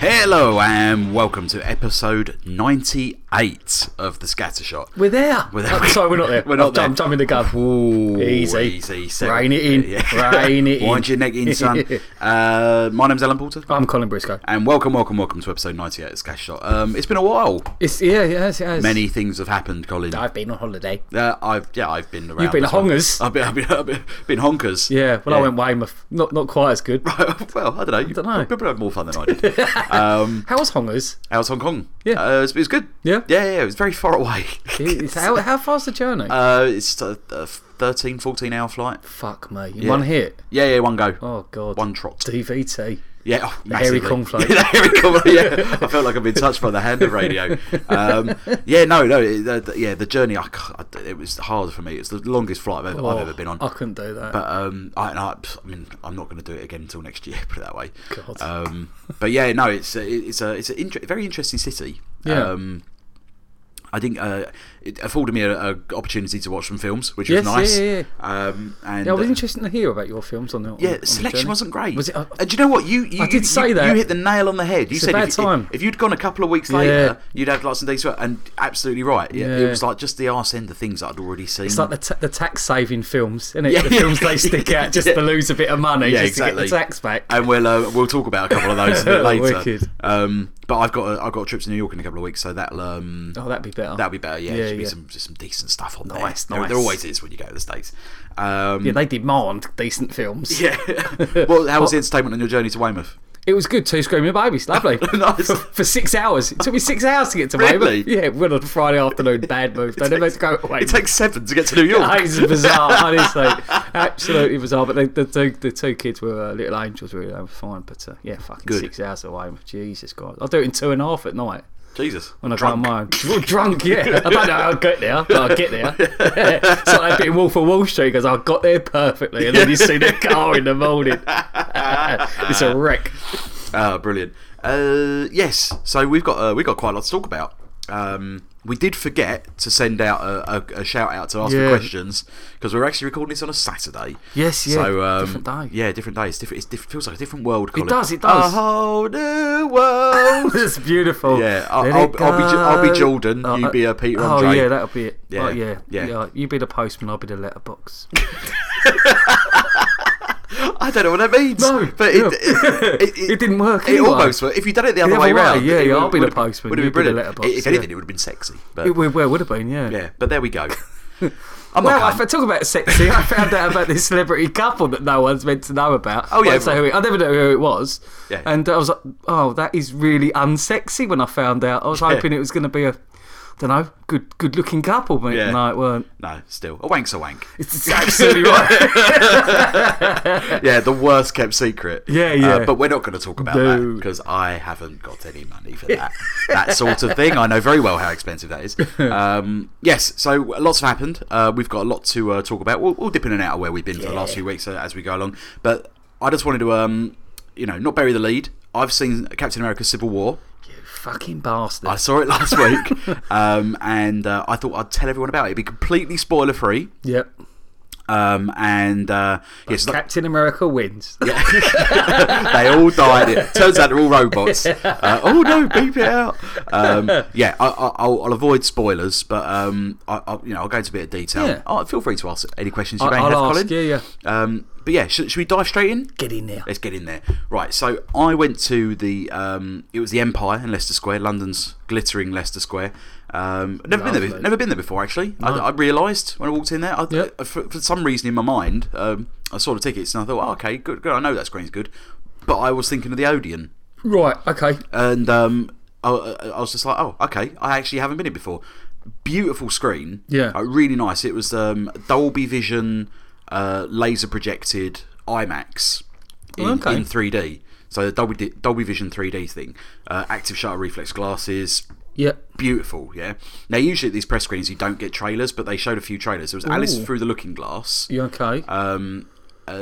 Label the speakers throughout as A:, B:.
A: Hello and welcome to episode 98 of The Scattershot.
B: We're there.
A: We're there.
B: Oh, sorry, we're not there.
A: We're not
B: I'm, I'm
A: there.
B: jumping the gun.
A: Ooh,
B: Easy.
A: easy seven.
B: Rein it in.
A: Yeah.
B: Rein it in.
A: Wind your neck in, son. uh, my name's Alan Porter.
B: I'm Colin Briscoe.
A: And welcome, welcome, welcome to episode 98 of Scattershot. Um, it's been a while.
B: It's yeah, yes, yes.
A: Many things have happened, Colin.
B: I've been on holiday.
A: Uh, I've yeah, I've been around.
B: You've been
A: as well.
B: hongers.
A: I've been, I've been, I've been, been honkers.
B: Yeah, well, I went Weymouth. Not not quite as good.
A: well, I don't know. I
B: don't know.
A: People have more fun than I did. um,
B: How was hongers?
A: how was Hong Kong?
B: Yeah.
A: uh, it, was, it was good.
B: Yeah.
A: yeah, yeah. It was very far away.
B: It's- how how far's the journey?
A: Uh, it's a, a 13, 14 hour flight.
B: Fuck me. In One hit.
A: Yeah, yeah, one go.
B: Oh god. E
A: One trot.
B: DVT.
A: Yeah, oh, massively.
B: hairy cornflake.
A: the hairy cornflake, yeah. I felt like I've been touched by the hand of radio. Um, yeah, no, no. it- The, the- yeah, the journey, I, c- I- it was hard for me. It's the longest flight I've ever, I've
B: Oh,
A: ever been on.
B: I couldn't do that.
A: But um, I, I, I mean, I'm not going to do it again until next year. Put it that way.
B: God.
A: Um, but yeah, no, it's a, it's a it's a inter- very interesting city.
B: Yeah.
A: Um, I think uh, it afforded me an opportunity to watch some films, which
B: Yes,
A: was nice.
B: yeah, yeah,
A: Um, and
B: yeah, I was
A: uh,
B: interested to hear about your films on the. on the-
A: yeah,
B: on the
A: selection
B: journey.
A: wasn't great.
B: Was it? uh,
A: and do you know what? You, you
B: I
A: you-
B: did say
A: you-
B: that.
A: You hit the nail on the head. You
B: It's a
A: said
B: bad
A: if,
B: time.
A: If, if you'd gone a couple of weeks later, you'd had like some days. And absolutely right. Yeah,
B: Yeah.
A: it was like just the arse end of things that I'd already seen.
B: It's like the, ta the tax saving films, isn't it?
A: Yeah,
B: the
A: yeah.
B: films they stick out just to
A: Yeah.
B: lose a bit of money,
A: Yeah,
B: just
A: exactly.
B: to get the tax back.
A: and we'll uh, we'll talk about a couple of those a bit later.
B: Wicked.
A: Um, but I've got a, I've got a trip to New York in a couple of weeks, so that'll um,
B: Oh, that'd be better.
A: that'll be better. Yeah,
B: Yeah,
A: there should be
B: yeah.
A: some just some decent stuff on there.
B: Nice,
A: there.
B: nice.
A: There always is when you go to the states. Um,
B: Yeah, they demand decent films.
A: yeah. well, how was the entertainment on your journey to Weymouth?
B: It was good. Two screaming babies, lovely.
A: Nice.
B: for, for six hours. It took me six hours to get to
A: Really?
B: Weymouth. Yeah, we went on a Friday afternoon. Bad move. They never go away.
A: It takes seven to get to New York.
B: It's bizarre, honestly. Absolutely bizarre. But the, the two the two kids were uh, little angels, really. They were fine. But uh, yeah, fucking
A: Good.
B: six hours away. Jesus God, I'll do it in two and a half at night.
A: Jesus.
B: When I go on my own. Well, drunk, yeah. I don't know how I get there, but I'll get there. it's like that bit in Wolf of Wall Street goes, I got there perfectly, and then you see the car in the morning. it's a wreck.
A: Ah, brilliant. Uh, yes, so we've got uh, we've got quite a lot to talk about. Um, we did forget to send out a, a, a shout out to ask
B: Yeah.
A: for questions because we're actually recording this on a Saturday.
B: Yes, yeah,
A: So um,
B: different day.
A: Yeah, different day. It's different. It's different. Feels like a different world. Colin.
B: does, it does.
A: A whole new world.
B: It's beautiful.
A: Yeah, I'll-
B: Let
A: I'll-
B: it
A: I'll be Ju- I'll be
B: go.
A: Jordan, you be, uh, Peter
B: Oh,
A: Andre.
B: yeah, that'll be it.
A: Yeah,
B: Oh, yeah,
A: yeah.
B: yeah. You be the postman, I'll be the letterbox.
A: I don't know what that means.
B: No,
A: but it,
B: yeah.
A: it,
B: It didn't work
A: It
B: anyway.
A: almost worked. If you'd done it the other
B: other
A: way
B: way,
A: round,
B: yeah,
A: it
B: yeah, I'll
A: would-
B: be the
A: would-
B: postman,
A: Would have
B: you
A: been
B: be the
A: brilliant.
B: letterbox,
A: If anything,
B: yeah.
A: it would have been sexy. But
B: it, where would have been, yeah.
A: yeah, but there we go. I'm
B: Well,
A: not.
B: if I talk about sexy, I found out about this celebrity couple that no one's meant to know about.
A: Oh, yeah.
B: Won't say who it- I never know who it was.
A: Yeah.
B: And I was like, oh, that is really unsexy. When I found out, I was hoping it was going to be a, don't know, good good looking couple, but
A: Yeah.
B: no, it weren't.
A: no, still a wank's a wank.
B: It's it's absolutely right.
A: yeah, the worst kept secret. Uh,
B: Yeah, yeah.
A: but we're not going to talk about that
B: No.
A: because I haven't got any money for that that sort of thing. I know very well how expensive that is. Um, yes, so lots have happened. Uh, we've got a lot to uh, talk about. We'll, we'll dip in and out of where we've been for the last few weeks uh, as we go along. But I just wanted to, um, you know, not bury the lead. I've seen Captain America: Civil War.
B: Fucking bastard.
A: I saw it last week, um, and uh, I thought I'd tell everyone about it. It'd be completely spoiler free.
B: Yep.
A: Um, and uh, yes, like-
B: Captain America wins.
A: they all died. It turns out they're all robots. Uh, oh no, beep it out. Um, yeah, I, I, I'll, I'll avoid spoilers, but um, I, I, you know, I'll go into a bit of detail.
B: Yeah.
A: Oh, feel free to ask any questions you
B: I,
A: may
B: I'll
A: have,
B: ask.
A: Colin.
B: Yeah, yeah.
A: Um, but yeah, should, should we dive straight in?
B: Get in there.
A: Let's get in there. Right, so I went to the um, it was the Empire in Leicester Square, London's glittering Leicester Square. Um, never been there. be-
B: Lovely.
A: Never been there before. Actually, I, I realised when I walked in there. I,
B: Yeah.
A: uh, for, for some reason in my mind, um, I saw the tickets and I thought, oh, okay, good, good. I know that screen's good, but I was thinking of the Odeon,
B: Right. Okay.
A: and um, I, I I was just like, oh, okay, I actually haven't been here before. Beautiful screen.
B: Yeah.
A: Uh, really nice. It was um, Dolby Vision, uh, laser projected IMAX in,
B: Okay.
A: in 3D. So the Dolby Dolby Vision 3D thing, uh, active shutter reflex glasses.
B: Yep.
A: Beautiful, yeah. Now, usually at these press screens, you don't get trailers, but they showed a few trailers. There was Alice
B: Ooh.
A: Through the Looking Glass.
B: You okay?
A: Um, uh,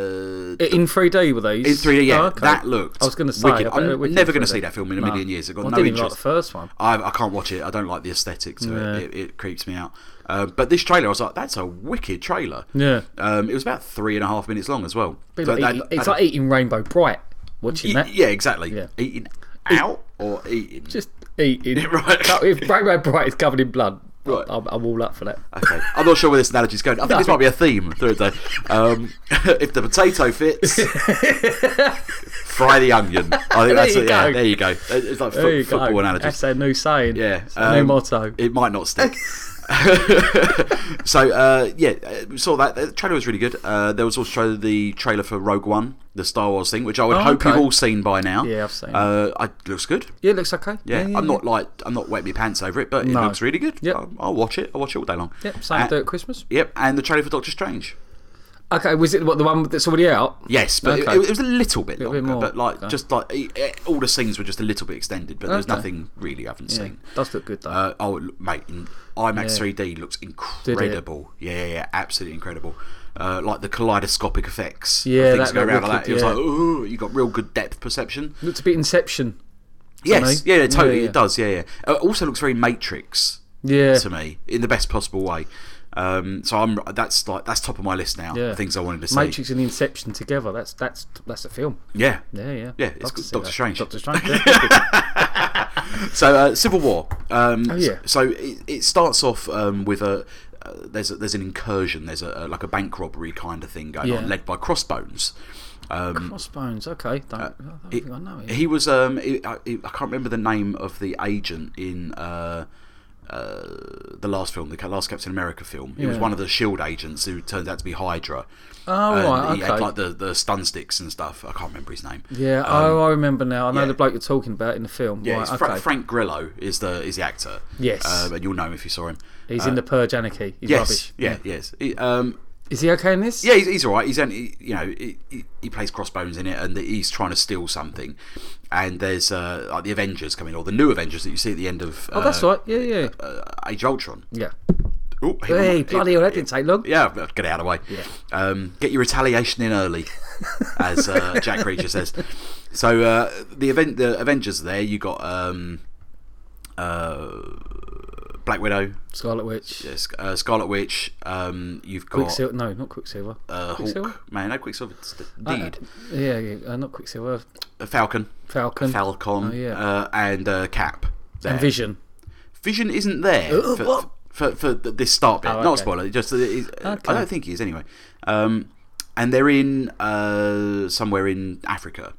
B: in 3D were these?
A: in 3D, yeah,
B: Oh, okay.
A: that looked.
B: I was going to say,
A: wicked.
B: I bet it
A: I'm
B: wicked
A: never going to
B: 3D.
A: see that film in a
B: No.
A: million years. I've got
B: I
A: no
B: didn't even like
A: interest.
B: the first one.
A: I, I can't watch it. I don't like the aesthetic to
B: Yeah.
A: it. it. It creeps me out. Uh, but this trailer, I was like, that's a wicked trailer.
B: Yeah.
A: Um, it was about three and a half minutes long as well.
B: Bit
A: So
B: like
A: that-
B: eating- it's
A: that-
B: like eating Rainbow Bright watching
A: y-
B: that.
A: yeah, exactly.
B: Yeah.
A: Eating out. or eating?
B: Just eating.
A: Right.
B: Co- If Brad Brad Bright is covered in blood,
A: Right.
B: I'm, I'm all up for that.
A: Okay, I'm not sure where this analogy is going. I think this might be a theme through the day. Um, if the potato fits, fry the onion. I think that's
B: There you
A: it. Yeah,
B: go.
A: there you go. It- It's like
B: There
A: fo-
B: you go.
A: football analogy.
B: That's a new saying.
A: Yeah,
B: It's a new
A: um,
B: motto.
A: It might not stick. so uh, yeah, uh, we saw that. The trailer was really good. Uh, there was also the trailer for Rogue One, the Star Wars thing, which I would
B: Oh,
A: hope
B: okay.
A: you've all seen by now.
B: Yeah, I've seen it.
A: Uh, it looks good.
B: Yeah, it looks okay.
A: Yeah, I'm not like I'm not wetting my pants over it, but it
B: No.
A: looks really good.
B: Yep.
A: I'll, I'll watch it. I'll watch it all day long.
B: Yep, same
A: And-
B: do at Christmas.
A: Yep, and the trailer for Doctor Strange.
B: Okay, was it what the one that's already out?
A: Yes, but
B: Okay.
A: it, it was a little bit
B: Little
A: longer.
B: bit more,
A: But like,
B: okay.
A: just like it, it- all the scenes were just a little bit extended. But there's
B: Okay.
A: nothing really I haven't
B: Yeah,
A: seen.
B: does look good though.
A: Uh, oh, look, mate, in IMAX
B: Yeah.
A: 3D looks incredible. Yeah, yeah, yeah, absolutely incredible. Uh, like the kaleidoscopic effects. of
B: Yeah,
A: things
B: that
A: go
B: looked
A: around
B: wicked,
A: like that. It was
B: yeah.
A: like, ooh, you got real good depth perception.
B: Looked a bit Inception.
A: Yes,
B: me.
A: yeah, yeah, totally,
B: Yeah, yeah.
A: it does. Yeah, yeah. Uh, also looks very Matrix
B: Yeah.
A: to me in the best possible way. Um, so I'm that's like that's top of my list now.
B: Yeah.
A: Things I wanted to see.
B: Matrix and Inception together. That's that's that's a film.
A: Yeah,
B: Yeah, yeah.
A: Yeah, it's
B: Love
A: got
B: to see
A: Doctor
B: that.
A: Strange.
B: Doctor Strange. yeah.
A: So, uh, Civil War. Um,
B: Oh, yeah.
A: So it, it starts off um, with a. Uh, there's a, there's an incursion. There's a, a like a bank robbery kind of thing going
B: Yeah.
A: on, led by Crossbones. Um,
B: Crossbones. Okay. Don't, I don't
A: he-
B: think I know it.
A: Uh, he was. Um, he- I, he- I can't remember the name of the agent in. Uh, uh, the last film, the ca- last Captain America film, he was
B: Yeah.
A: one of the Shield E agents who turned out to be Hydra.
B: Oh,
A: And
B: right,
A: He
B: okay.
A: had like the, the stun sticks and stuff. I can't remember his name.
B: Yeah. oh, I remember now. I know
A: um, yeah.
B: the bloke you're talking about in the film.
A: Yeah,
B: right,
A: it's
B: okay.
A: Fra- Frank Grillo is the is the actor.
B: Yes.
A: um, and you'll know him if you saw him.
B: He's in the Purge Anarchy. He's
A: uh, Yes,
B: rubbish.
A: yeah, yes. He, um,
B: Is he okay in this?
A: yeah, he's, he's all right. He's only, you know, he, he- he plays crossbones in it, and he's trying to steal something. And there's uh, like the Avengers coming, or the new Avengers that you see at the end of.
B: Oh, that's
A: uh,
B: right. Yeah, yeah.
A: Uh, Age of Ultron.
B: Yeah.
A: Ooh, he-
B: Hey,
A: he-
B: bloody hell, that didn't take long.
A: yeah, well, get it out of the way. Um, get your retaliation in early, as uh, Jack Reacher says. So uh, the event, the Avengers are there. You got um, uh, Black Widow,
B: Scarlet Witch.
A: uh, Sc- uh, Scarlet Witch. Um, you've got
B: Quicksilver. No, not Quicksilver.
A: uh,
B: Quicksilver?
A: Hawk, man, no Quicksilver, it's the
B: Uh,
A: Deed,
B: uh, yeah, yeah uh, not Quicksilver.
A: a Falcon,
B: Falcon.
A: Falcon,
B: Oh, yeah.
A: uh, and uh, Cap. There.
B: and Vision.
A: Vision isn't there
B: Uh,
A: for,
B: what?
A: for for th- this start bit.
B: Oh,
A: Not a
B: okay.
A: spoiler. Just that it is- I
B: Okay.
A: don't think he is anyway. Um, and they're in uh, somewhere in Africa.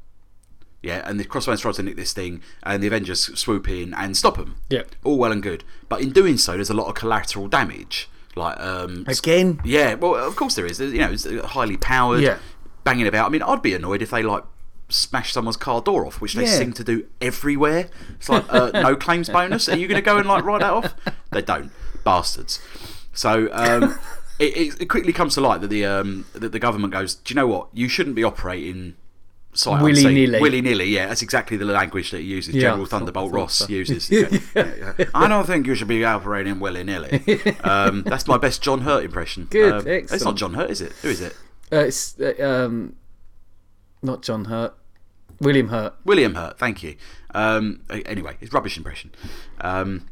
A: Yeah, and the Crossbones tries to nick this thing, and the Avengers swoop in and stop them.
B: Yeah.
A: all well and good, but in doing so, there's a lot of collateral damage. Like um,
B: Again?
A: Yeah, well, of course there is. There's- You know, it's uh, highly powered,
B: Yeah.
A: banging about. I mean, I'd be annoyed if they like smashed someone's car door off, which they
B: Yeah.
A: seem to do everywhere. It's like uh, no claims bonus. Are you going to go and like write that off? They don't, bastards. So um, it, it, it quickly comes to light that the um, that the government goes, do you know what? You shouldn't be operating.
B: Willy-nilly.
A: willy nilly. Yeah, that's exactly the language that he uses.
B: Yeah,
A: General
B: I thought-
A: Thunderbolt
B: I thought
A: Ross
B: so.
A: uses. Yeah, yeah, yeah. I don't think you should be operating willy nilly. Um, that's my best John Hurt impression.
B: Good,
A: Um, It's not
B: excellent.
A: John Hurt, is it? Who is it?
B: Uh, it's uh, um, not John Hurt. William Hurt.
A: William Hurt, thank you. Um, a- anyway, his rubbish impression. Um,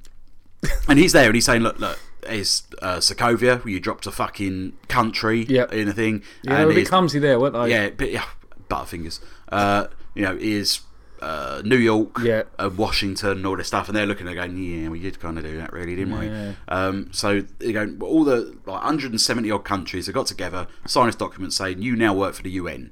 A: and he's there and he's saying, look, look, it's uh, Sokovia, you dropped a fucking country
B: Yep.
A: in a thing.
B: Yeah,
A: and
B: well, a bit
A: it's-
B: clumsy there, weren't they?
A: yeah, but, yeah, butterfingers. Uh, you know, is uh, New York,
B: Yeah.
A: uh, Washington, and all this stuff, and they're looking at it going, yeah, we did kind of do that, really, didn't
B: Yeah.
A: we? Um, so they go, well, all the like 170 odd countries have got together, signed this document saying you now work for the UN.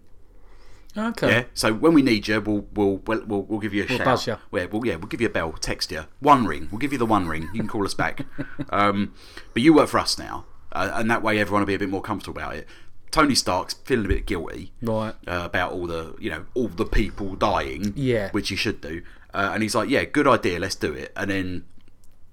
B: Okay.
A: Yeah. So when we need you, we'll we'll we'll we'll, we'll give you a shout.
B: buzz you.
A: Yeah, we'll, yeah, we'll give you a bell, text you, one ring. We'll give you the one ring. You can call us back. um, but you work for us now, uh, and that way everyone will be a bit more comfortable about it. Tony Stark's feeling a bit guilty
B: Right.
A: uh, about all the you know all the people dying.
B: Yeah.
A: which he should do. Uh, and he's like, yeah, good idea. Let's do it. And then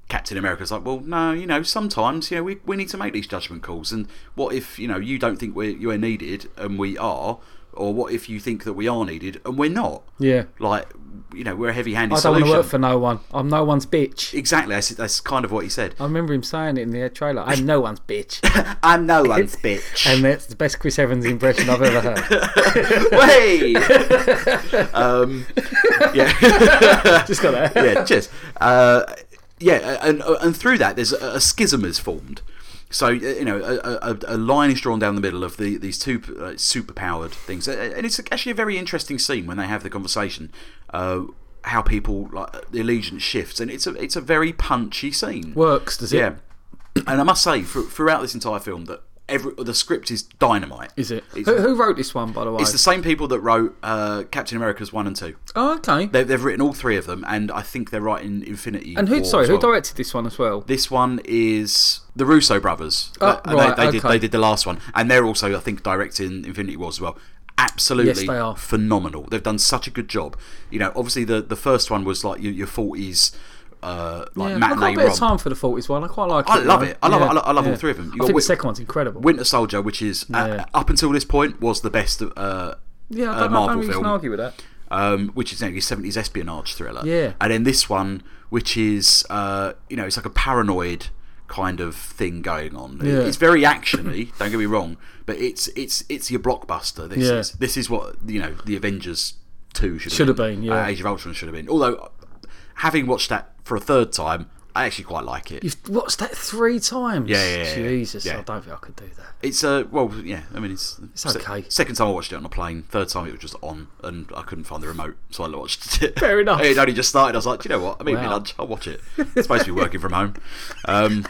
A: Captain America's like, well, no, you know, sometimes you know we, we need to make these judgment calls. And what if you know you don't think we're you're needed and we are, or what if you think that we are needed and we're not?
B: Yeah.
A: Like, you know, we're a heavy-handed
B: I don't want
A: solution.
B: to work for no one. I'm no one's bitch.
A: exactly. That's, that's kind of what he said.
B: I remember him saying it in the trailer. I'm no one's bitch.
A: I'm no one's bitch.
B: and that's the best Chris Evans impression I've ever heard.
A: Way. um, yeah.
B: Just got that.
A: yeah, cheers. Uh, yeah, and and through that, there's a, a schism is formed. So uh, you know, a, a, a line is drawn down the middle of the, these two uh, super-powered things, and it's actually a very interesting scene when they have the conversation. Uh, how people like the allegiance shifts, and it's a it's a very punchy scene.
B: Works, does it?
A: yeah, and I must say thro- throughout this entire film that every the script is dynamite.
B: Is it?
A: It's,
B: Who, who wrote this one, by the way?
A: it's the same people that wrote uh, Captain America's one and two.
B: oh, okay.
A: They, they've written all three of them, and I think they're writing Infinity.
B: And who?
A: War
B: Sorry,
A: as
B: who
A: well.
B: directed this one as well?
A: This one is the Russo brothers.
B: Oh,
A: They- they,
B: right,
A: they did
B: okay.
A: they did the last one, and they're also I think directing Infinity War as well. Absolutely,
B: Yes, they are.
A: phenomenal. They've done such a good job. You know, obviously the the first one was like your forties, uh, like
B: Yeah, I've got
A: matinee
B: a bit
A: romp.
B: of time for the forties one. I quite like.
A: I
B: it,
A: love
B: you know.
A: it. I love it.
B: Yeah,
A: I lo- I love all
B: yeah.
A: three of them. You've
B: I
A: got
B: think the
A: Whip-
B: second one's incredible.
A: Winter Soldier, which is uh,
B: Yeah.
A: up until this point was the best uh,
B: yeah, I
A: uh,
B: don't, know, I don't
A: Marvel
B: think you
A: film
B: can argue with that.
A: um, which is technically seventies espionage thriller.
B: Yeah.
A: and then this one, which is uh, you know, it's like a paranoid kind of thing going on. It-
B: Yeah.
A: It's very actiony. don't get me wrong, but it's it's it's your blockbuster. This
B: Yeah.
A: is this is what you know the Avengers two should
B: Should have been,
A: Uh,
B: yeah.
A: Age of Ultron should have been. Although, having watched that for a third time, I actually quite like it.
B: You've watched that three times.
A: Yeah, yeah, yeah, yeah.
B: Jesus,
A: Yeah.
B: I don't think I could do that.
A: It's uh well yeah I mean it's it's
B: okay.
A: second time I watched it on a plane. Third time it was just on and I couldn't find the remote, so I watched it.
B: Fair enough.
A: It only just started. I was like, do you know what? I'm eating
B: Wow.
A: lunch. I'll watch it. It's supposed to be working from home, um,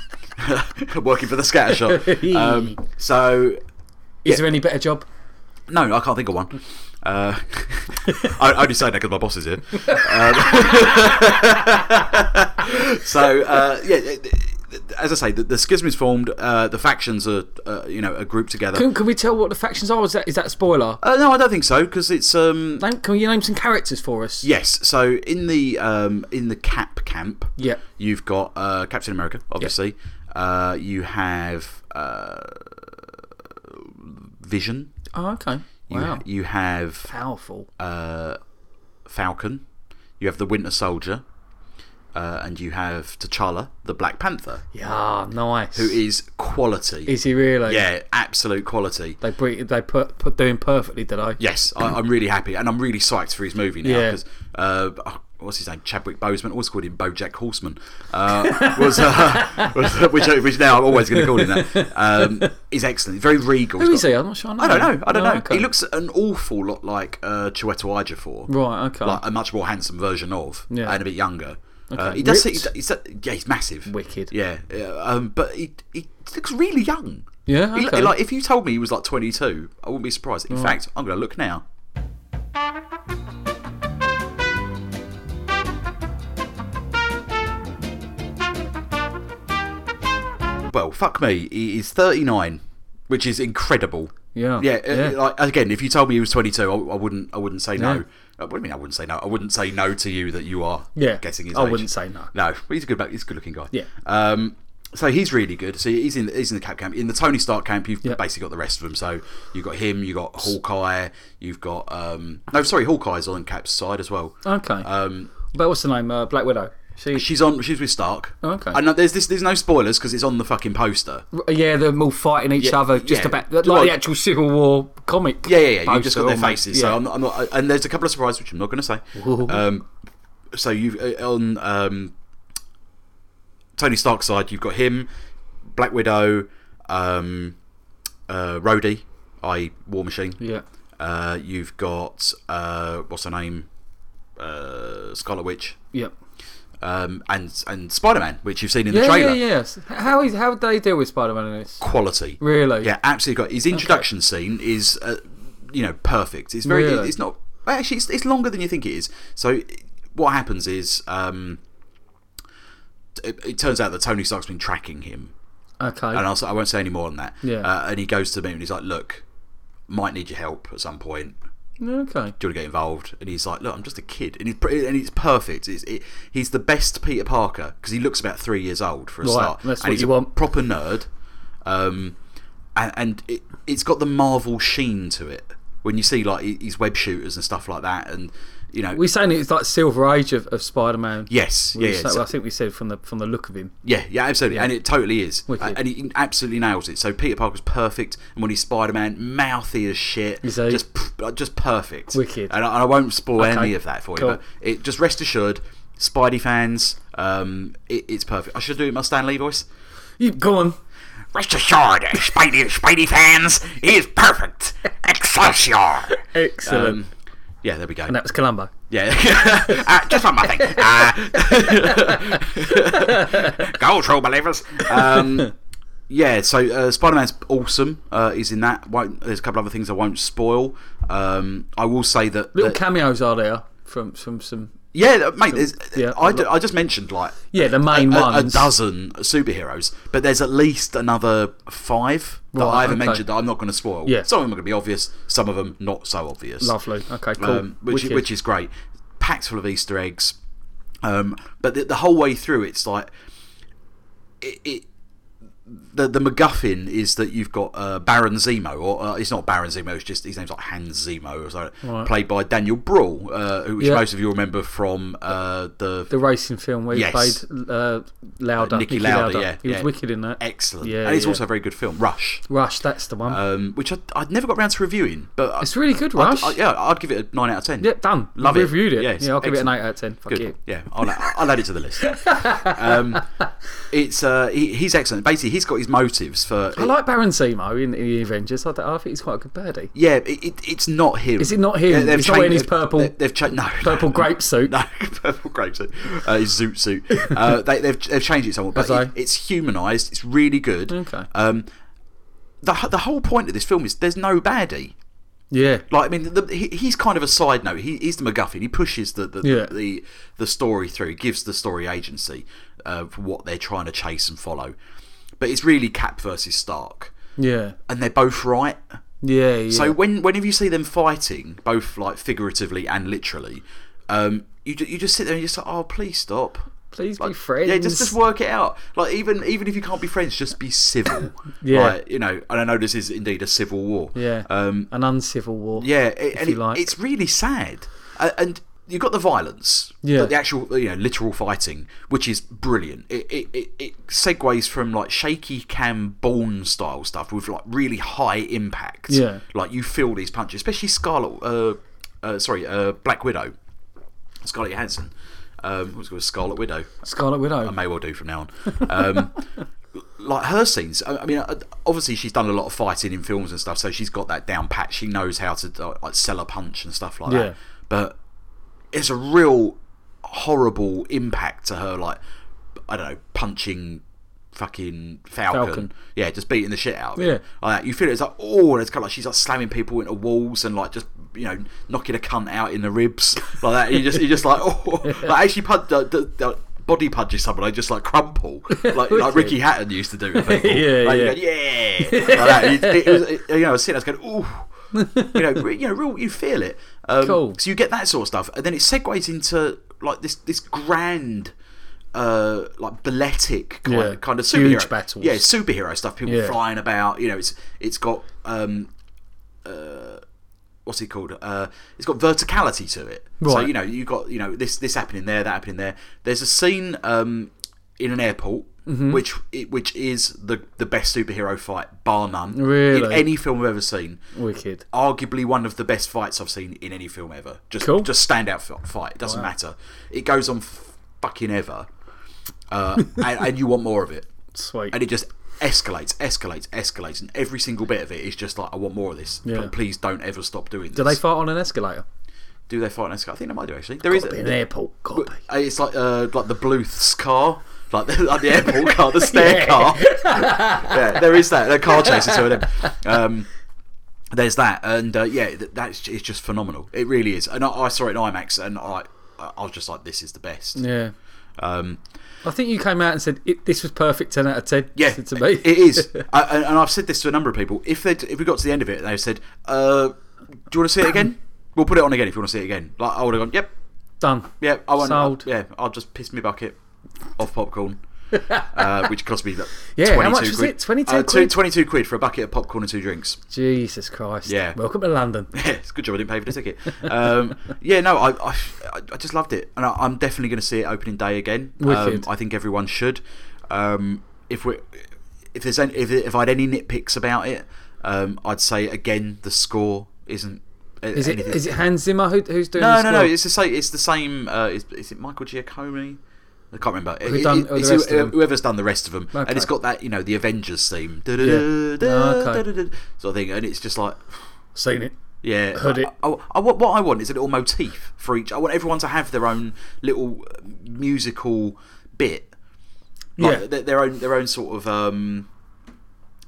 A: working for the scatter shot. Um, so
B: Is there any better job?
A: no, I can't think of one. Uh, I I only say that because my boss is here. Um, so uh, yeah, it- it- as I say, the, the schism is formed. Uh, the factions are uh, you know are grouped together.
B: Can, can we tell what the factions are? Is that is that a spoiler?
A: Uh, no, I don't think so because it's um
B: Name, can you name some characters for us?
A: yes. So in the um in the Cap camp,
B: Yep.
A: you've got uh, Captain America, obviously. Uh, you have uh, Vision.
B: Oh, okay.
A: You,
B: Wow.
A: you have
B: Powerful.
A: uh, Falcon. You have the Winter Soldier, uh, and you have T'Challa, the Black Panther,
B: yeah, nice.
A: who is quality.
B: Is he really?
A: yeah, absolute quality.
B: They bre- they put put doing perfectly, did I?
A: Yes, I, I'm really happy, and I'm really psyched for his movie now
B: Yeah.
A: because uh, oh, what's his name, Chadwick Boseman, always called him BoJack Horseman, uh, was, uh, was which, which now I'm always going to call him that. Um, he's excellent, very regal.
B: Who
A: He's
B: is
A: got-
B: he? I'm not sure. I, know
A: I don't
B: him.
A: know. I don't
B: No,
A: know.
B: okay.
A: He looks an awful lot like uh, Chiwetel Ejiofor,
B: right. Okay.
A: like a much more handsome version of,
B: Yeah.
A: and a bit younger. Uh, he does. He,
B: Ripped.
A: he's, yeah, he's massive.
B: Wicked.
A: Yeah, yeah, um, but he he looks really young.
B: Yeah,
A: He lo-
B: okay.
A: like if you told me he was like 22, I wouldn't be surprised. In fact, I'm going to look now. Well, fuck me, he is 39, which is incredible.
B: Yeah,
A: Yeah. uh,
B: Oh, yeah.
A: Like again, if you told me he was 22, I, I wouldn't. I wouldn't say no.
B: Yeah.
A: Uh, What do you mean? I wouldn't say no. I wouldn't say no to you that you are
B: Yeah.
A: guessing his
B: I
A: age.
B: wouldn't say no.
A: No, but he's a good, ba- he's a good-looking guy.
B: Yeah.
A: Um, so he's really good. So he's in he's in the cap camp. In the Tony Stark camp, you've
B: Yeah.
A: basically got the rest of them. So you've got him, you've got Hawkeye, you've got um, no, sorry, Hawkeye's on Cap's side as well.
B: Okay.
A: Um,
B: but what's the name? Uh, Black Widow. She.
A: she's on. She's with Stark.
B: Oh, Okay.
A: And uh, there's this. There's no spoilers because it's on the fucking poster.
B: yeah, they're all fighting each
A: Yeah,
B: other, just
A: yeah.
B: about like
A: Like-
B: the actual Civil War comic.
A: Yeah, yeah, yeah. You've
B: poster
A: just got their
B: almost.
A: faces.
B: Yeah.
A: So I'm not, I'm not. And there's a couple of surprises which I'm not going to say. Um, so you've uh, on um, Tony Stark's side, you've got him, Black Widow, um, uh, Rhodey, i.e. War Machine.
B: yeah.
A: Uh, you've got uh, what's her name, uh, Scarlet Witch,
B: Yeah.
A: um, and and Spider Man, which you've seen in the
B: Yeah,
A: trailer.
B: yeah, yes. How is how would they deal with Spider-Man in this?
A: Quality.
B: Really?
A: Yeah, absolutely. Got his introduction scene is, uh, you know, perfect. It's very.
B: Really?
A: It's not actually. It's, it's longer than you think it is. So what happens is, um, it, it turns out that Tony Stark's been tracking him,
B: Okay.
A: and I'll, s- I won't say any more on that.
B: Yeah.
A: Uh, and he goes to me and he's like, "Look, might need your help at some point."
B: Okay.
A: Do you want to get involved? And he's like, "Look, I'm just a kid," and he's pr- and it's perfect. It's, it, he's the best Peter Parker because he looks about three years old for a
B: Right,
A: start,
B: that's
A: and
B: what
A: he's
B: you
A: a
B: want.
A: proper nerd. Um, and, and it, it's got the Marvel sheen to it when you see like his web shooters and stuff like that, and you know,
B: We're saying it's like Silver Age of, of Spider-Man.
A: yes, yeah,
B: We
A: yeah,
B: said-
A: so-
B: I think we said from the from the look of him.
A: yeah, yeah, absolutely, and it totally is, Uh,
B: Wicked.
A: and he absolutely nails it. So Peter Parker's perfect, and when he's Spider Man, mouthy as shit,
B: Is he?
A: just p- just perfect,
B: Wicked.
A: And I, and I won't spoil
B: Okay.
A: any of that for you,
B: Cool.
A: but it just rest assured, Spidey fans, um, it, it's perfect. I should do it in my Stan Lee voice.
B: You go on.
A: Rest assured, Spidey Spidey fans, he is perfect. Excelsior.
B: Excellent.
A: Um, yeah, there we go.
B: and that was Columbo.
A: Yeah, uh, just one more thing. Uh, go true believers. Um, yeah, so uh, Spider Man's awesome. Uh, is in that. Won't, there's a couple other things I won't spoil. Um, I will say that.
B: Little
A: that-
B: cameos are there from from some.
A: yeah, mate. There's,
B: Yeah.
A: I, d- I just mentioned like
B: Yeah, the main
A: a, a
B: ones.
A: dozen superheroes, but there's at least another five that
B: Right,
A: I haven't
B: okay.
A: mentioned that I'm not going to spoil.
B: Yeah.
A: Some of them are going to be obvious, some of them not so obvious.
B: Lovely. Okay, cool.
A: Um, which,
B: Wicked.
A: which is great. Packed full of Easter eggs. Um, but the, the whole way through, it's like. It, it, the, the MacGuffin is that you've got uh, Baron Zemo, or uh, it's not Baron Zemo, it's just his name's like Hans Zemo, or something,
B: Right.
A: played by Daniel Bruhl, uh, who which
B: Yeah.
A: most of you remember from uh, the
B: the racing film where
A: Yes.
B: he played uh, Louder.
A: Nicky Lauda, yeah,
B: He was
A: yeah.
B: wicked in that.
A: excellent,
B: Yeah,
A: and it's
B: yeah.
A: also a very good film, Rush.
B: Rush, that's the one.
A: um, which I, I'd never got round to reviewing, but I,
B: it's really good,
A: I'd,
B: Rush.
A: I, yeah, I'd give it a nine out of ten.
B: Yep, done.
A: Love
B: We've
A: it.
B: Reviewed it.
A: Yeah, it's
B: yeah, I'll give it an
A: excellent.
B: eight out of ten. Fuck
A: Good.
B: you.
A: Yeah, I'll, I'll add it to the list. Um, it's uh, he, he's excellent. Basically, he's got his motives for.
B: I like Baron Zemo in, in the Avengers. I, th- I think he's quite a good birdie.
A: yeah, it, it, it's not him.
B: Is it not him?
A: they've
B: He's not wearing his
A: they've-
B: purple-
A: They've, they've changed. No,
B: Purple
A: no,
B: grape suit.
A: No, purple grape suit. Uh, his zoot suit. Uh, they, they've, they've changed it somewhat, but
B: Has
A: it,
B: they?
A: it's humanised. It's really good.
B: Okay.
A: Um, the the whole point of this film is there's no baddie.
B: Yeah.
A: Like I mean, the, he, he's kind of a side note. He, he's the MacGuffin. He pushes the the,
B: Yeah.
A: the the story through, gives the story agency uh, for what they're trying to chase and follow. But it's really Cap versus Stark,
B: Yeah.
A: and they're both right.
B: Yeah. yeah.
A: So when whenever you see them fighting, both like figuratively and literally, um, you ju- you just sit there and you just like, oh, please stop.
B: please be
A: Like,
B: friends.
A: Yeah, just just work it out. Like even even if you can't be friends, just be civil.
B: Yeah.
A: Like, you know, and I know this is indeed a civil war.
B: Yeah.
A: Um,
B: An uncivil war.
A: yeah, it, and
B: you
A: it-
B: like.
A: it's really sad. A- And you've got the violence,
B: Yeah.
A: but the actual, you know, literal fighting, which is brilliant. It, it, it, it segues from like shaky cam Bourne style stuff with like really high impact.
B: Yeah.
A: Like you feel these punches, especially Scarlet, uh, uh, sorry, uh, Black Widow, Scarlett Johansson. Um, what's it called Scarlet Widow?
B: Scarlet Widow.
A: I may well do from now on. Um, like her scenes, I I mean, uh, obviously she's done a lot of fighting in films and stuff, so she's got that down pat. She knows how to uh, like sell a punch and stuff like
B: Yeah.
A: that. But it's a real horrible impact to her. Like I don't know, punching fucking Falcon.
B: Falcon.
A: Yeah, just beating the shit out of
B: Yeah.
A: it. Like that. You feel it, it's like oh, and it's kind of like she's like slamming people into walls and like just you know knocking a cunt out in the ribs like that. You just you just like oh, like actually punch the, the, the body punches someone. I just like crumple like like Ricky Hatton used to do to people.
B: Yeah,
A: like, you
B: yeah.
A: go, yeah. like that. It, it was, it- you know, I was sitting, there, I was going oh. you know, re- you know, real, you feel it. Um,
B: Cool.
A: So you get that sort of stuff, and then it segues into like this this grand, uh, like balletic kind,
B: Yeah.
A: kind of superhero
B: Huge battles.
A: Yeah, superhero stuff. People
B: Yeah.
A: flying about. You know, it's it's got um, uh, what's it called? Uh, it's got verticality to it. So
B: Right.
A: you know, you got you know this this happening there, that happening there. There's a scene um in an airport.
B: Mm-hmm.
A: Which it- which is the the best superhero fight bar none in
B: Really?
A: any film I've ever seen
B: Wicked.
A: arguably one of the best fights I've seen in any film ever. Just
B: Cool.
A: just standout f- fight. It doesn't matter. It goes on f- fucking ever, uh, and, and you want more of it.
B: Sweet.
A: And it just escalates, escalates, escalates, and every single bit of it is just like, I want more of this.
B: Yeah.
A: Please don't ever stop doing this.
B: Do they fight on an escalator?
A: do they fight an escalator? I think they might do actually. There is.
B: Gotta be an airport. Gotta be.
A: Uh, It's like uh, like the Bluth's car, like the, like the airport car, the stair
B: Yeah.
A: car. yeah, there is that. The car chases to it. Um, there's that, and uh, yeah, th- that's it's just phenomenal. It really is. And I, I saw it in IMAX, and I I was just like, this is the best.
B: Yeah.
A: Um,
B: I think you came out and said it, this was perfect, ten out of ten.
A: yeah,
B: to me.
A: it is. I, and and I've said this to a number of people. If they if we got to the end of it, and they said, uh, "Do you want to see it again? We'll put it on again if you want to see it again." Like I would have gone, "Yep,
B: Done.
A: Yeah, I won't.
B: Sold.
A: yeah, I'll just piss me bucket off popcorn, uh, which cost me like,
B: Yeah,
A: 22
B: how much was
A: quid.
B: it? 22
A: Uh, two-
B: quid?
A: 22 quid for a bucket of popcorn and two drinks.
B: Jesus Christ.
A: Yeah.
B: Welcome to London.
A: it's a good job I didn't pay for the ticket. Um, yeah, no, I, I I just loved it, and I, I'm definitely going to see it opening day again. Um,
B: Wicked.
A: I think everyone should. Um, if we if there's any, if, if I had any nitpicks about it, um, I'd say again the score isn't.
B: Is it is it Hans Zimmer who, who's doing
A: No,
B: the
A: no, no.
B: score?
A: It's the same. It's the same. Uh, is, is it Michael Giacomini? I can't remember. It- it-
B: done
A: it's
B: the rest of them?
A: whoever's done the rest of them, and
B: Okay.
A: it's got that you know the Avengers theme,
B: Okay.
A: sort of thing, and it's just like
B: Seen it.
A: Yeah.
B: Hoodie.
A: I, I- I- what, what I want is a little motif for each. I want everyone to have their own little uh, musical bit. Like
B: Yeah.
A: their, their own their own sort of um,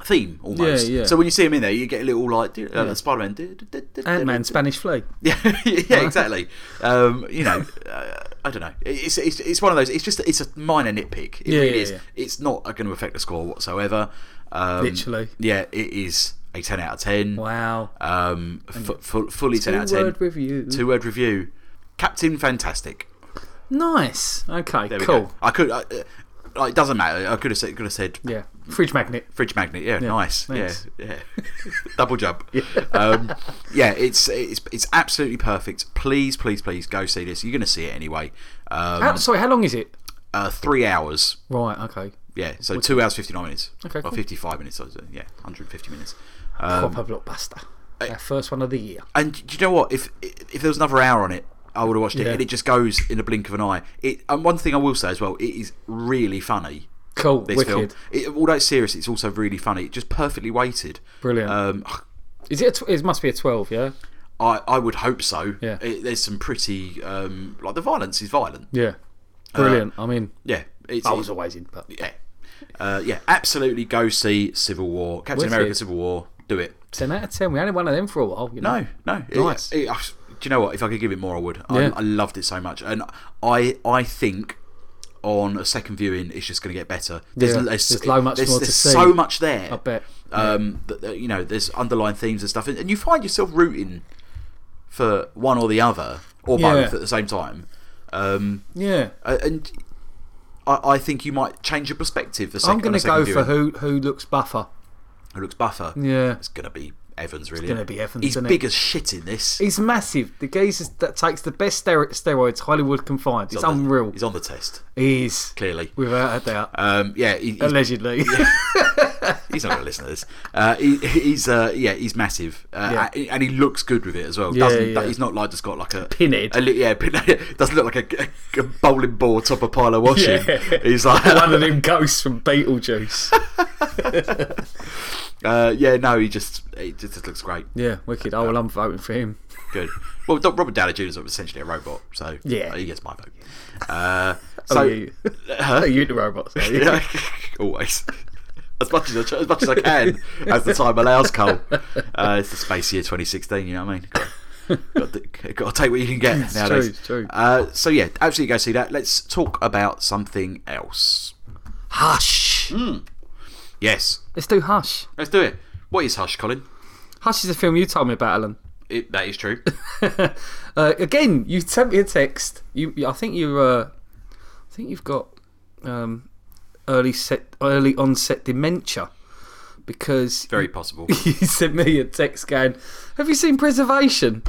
A: theme almost.
B: Yeah, yeah.
A: So when you see them in there, you get a little like uh, Spider Man.
B: Ant Man, Spanish Flu.
A: Yeah, yeah, exactly. Um, you know, uh, I don't know. It's, it's it's one of those. It's just it's a minor nitpick. It
B: Yeah,
A: really
B: yeah,
A: is.
B: yeah.
A: It's not going to affect the score whatsoever. Um,
B: Literally.
A: Yeah, it is a ten out of ten.
B: Wow.
A: Um, f- fu- fully ten out of ten.
B: Two-word review.
A: Two word review. Captain Fantastic.
B: Nice. Okay,
A: There we
B: cool.
A: go. I could. I, uh, like, it doesn't matter. I could have said. Could have said.
B: Yeah. Fridge magnet.
A: Fridge magnet, yeah, nice,
B: thanks.
A: yeah, yeah, double jump, um, yeah. It's it's it's absolutely perfect. Please, please, please go see this. You're going to see it anyway.
B: How,
A: Um,
B: sorry, how long is it?
A: uh, three hours,
B: Right, okay.
A: yeah. So two hours fifty nine minutes,
B: Okay,
A: or
B: cool.
A: fifty five minutes. so it's, uh, Yeah, hundred fifty minutes. Um,
B: Proper blockbuster. Our first one of the year.
A: And do you know what? If if there was another hour on it, I would have watched it.
B: Yeah.
A: And it just goes in a blink of an eye. It and one thing I will say as well, it is really funny.
B: Cool.
A: This
B: Wicked.
A: film, it, although it's serious, it's also really funny. It's just perfectly weighted.
B: Brilliant.
A: Um,
B: Is it? A tw- it must be a twelve. Yeah.
A: I, I would hope so.
B: Yeah.
A: It, there's some pretty um, like the violence is violent.
B: Yeah. Brilliant. I mean,
A: Yeah, it's,
B: Uh, I was always in, but
A: yeah, uh, yeah. Absolutely, go see Civil War, Captain
B: Wicked.
A: America: Civil War. Do it.
B: ten out of ten. We only had one of them for a while. You know?
A: No, no. It-
B: Nice.
A: it- I- do you know what? If I could give it more, I would. I,
B: Yeah.
A: I loved it so much, and I I think on a second viewing, it's just going to get better. There's,
B: Yeah, there's so much
A: there's,
B: more to
A: there's
B: see.
A: so much there.
B: I bet.
A: Um, that, that, you know, there's underlying themes and stuff, and, and you find yourself rooting for one or the other or
B: Yeah.
A: both at the same time. Um,
B: Yeah.
A: uh, and I, I think you might change your perspective. The 2nd
B: I'm gonna go for who who looks buffer.
A: who looks buffer.
B: Yeah.
A: It's gonna be Evans, really.
B: gonna
A: isn't it?
B: be Evans,
A: He's
B: isn't it?
A: big as shit in this.
B: He's massive. The geezer that takes the best stero- steroids Hollywood can find. It's
A: on the-
B: unreal.
A: He's on the test,
B: He is
A: clearly.
B: without a doubt.
A: Um, yeah, he, he's,
B: Allegedly.
A: he's not going to listen to this. Uh, he, he's uh, yeah, he's massive, uh, and he looks good with it as well.
B: Yeah,
A: doesn't,
B: yeah.
A: He's not like just got like a
B: Pinhead.
A: A, li- yeah, pinhead. doesn't look like a, a bowling ball top of pile of washing. He's like
B: one of them ghosts from Beetlejuice.
A: uh, yeah, no, he just he just, just looks great.
B: yeah, wicked. Oh, well, I'm voting for him.
A: Good. Well, Do- Robert Downey Jr. is essentially a robot, so
B: Yeah.
A: uh, he gets my vote. Uh, so
B: So, oh, yeah, you. Oh, you the robots. are you?
A: Yeah, always. As much as, I, tr- as much as I can, as the time allows, Cole. Uh, it's the space year 2016, you know what I mean? Got, got, to, got to take what you can get nowadays.
B: it's true.
A: Uh, so, yeah, absolutely go see that. Let's talk about something else.
B: Hush.
A: Mm. Yes,
B: Let's do Hush.
A: let's do it. What is Hush, Colin?
B: Hush is a film you told me about, Alan.
A: It, that is true.
B: Uh, again, you sent me a text. You, you- I think you, uh, I think you've got um, early set, early onset dementia, because
A: Very possible.
B: you sent me a text going, "Have you seen Preservation?"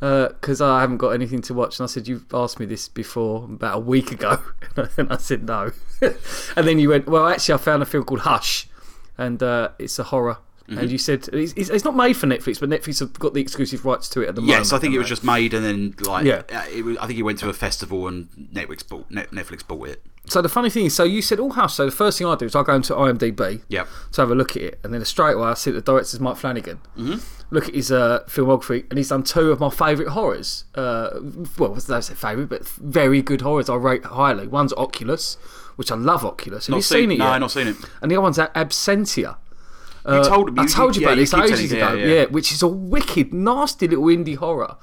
B: Because I haven't got anything to watch, and I said, "You've asked me this before about a week ago," and I said, "No," and then you went, "Well, actually, I found a film called Hush, and uh, it's a horror."
A: Mm-hmm.
B: And you said it's, it's it's not made for Netflix, but Netflix have got the exclusive rights to it at the moment.
A: Yes, I think it
B: haven't
A: was just made and then, like,
B: Yeah.
A: uh, it was, I think he went to a festival and Netflix bought, Net- Netflix bought it.
B: So the funny thing is, so you said all house. So the first thing I do is I go into IMDb
A: Yep.
B: to have a look at it, and then straight away I see that the director's Mike Flanagan. Mm-hmm. Look at his uh, filmography, and he's done two of my favourite horrors. Uh, well, I don't say favourite, but very good horrors I rate highly. One's Oculus, which I love. Oculus. Have you seen, it
A: No,
B: yet?
A: I've not seen it.
B: and the other one's Absentia.
A: you told me.
B: I told you
A: yeah,
B: about this
A: keep
B: ages
A: telling-
B: ago,
A: yeah,
B: yeah,
A: yeah.
B: which is a wicked, nasty little indie horror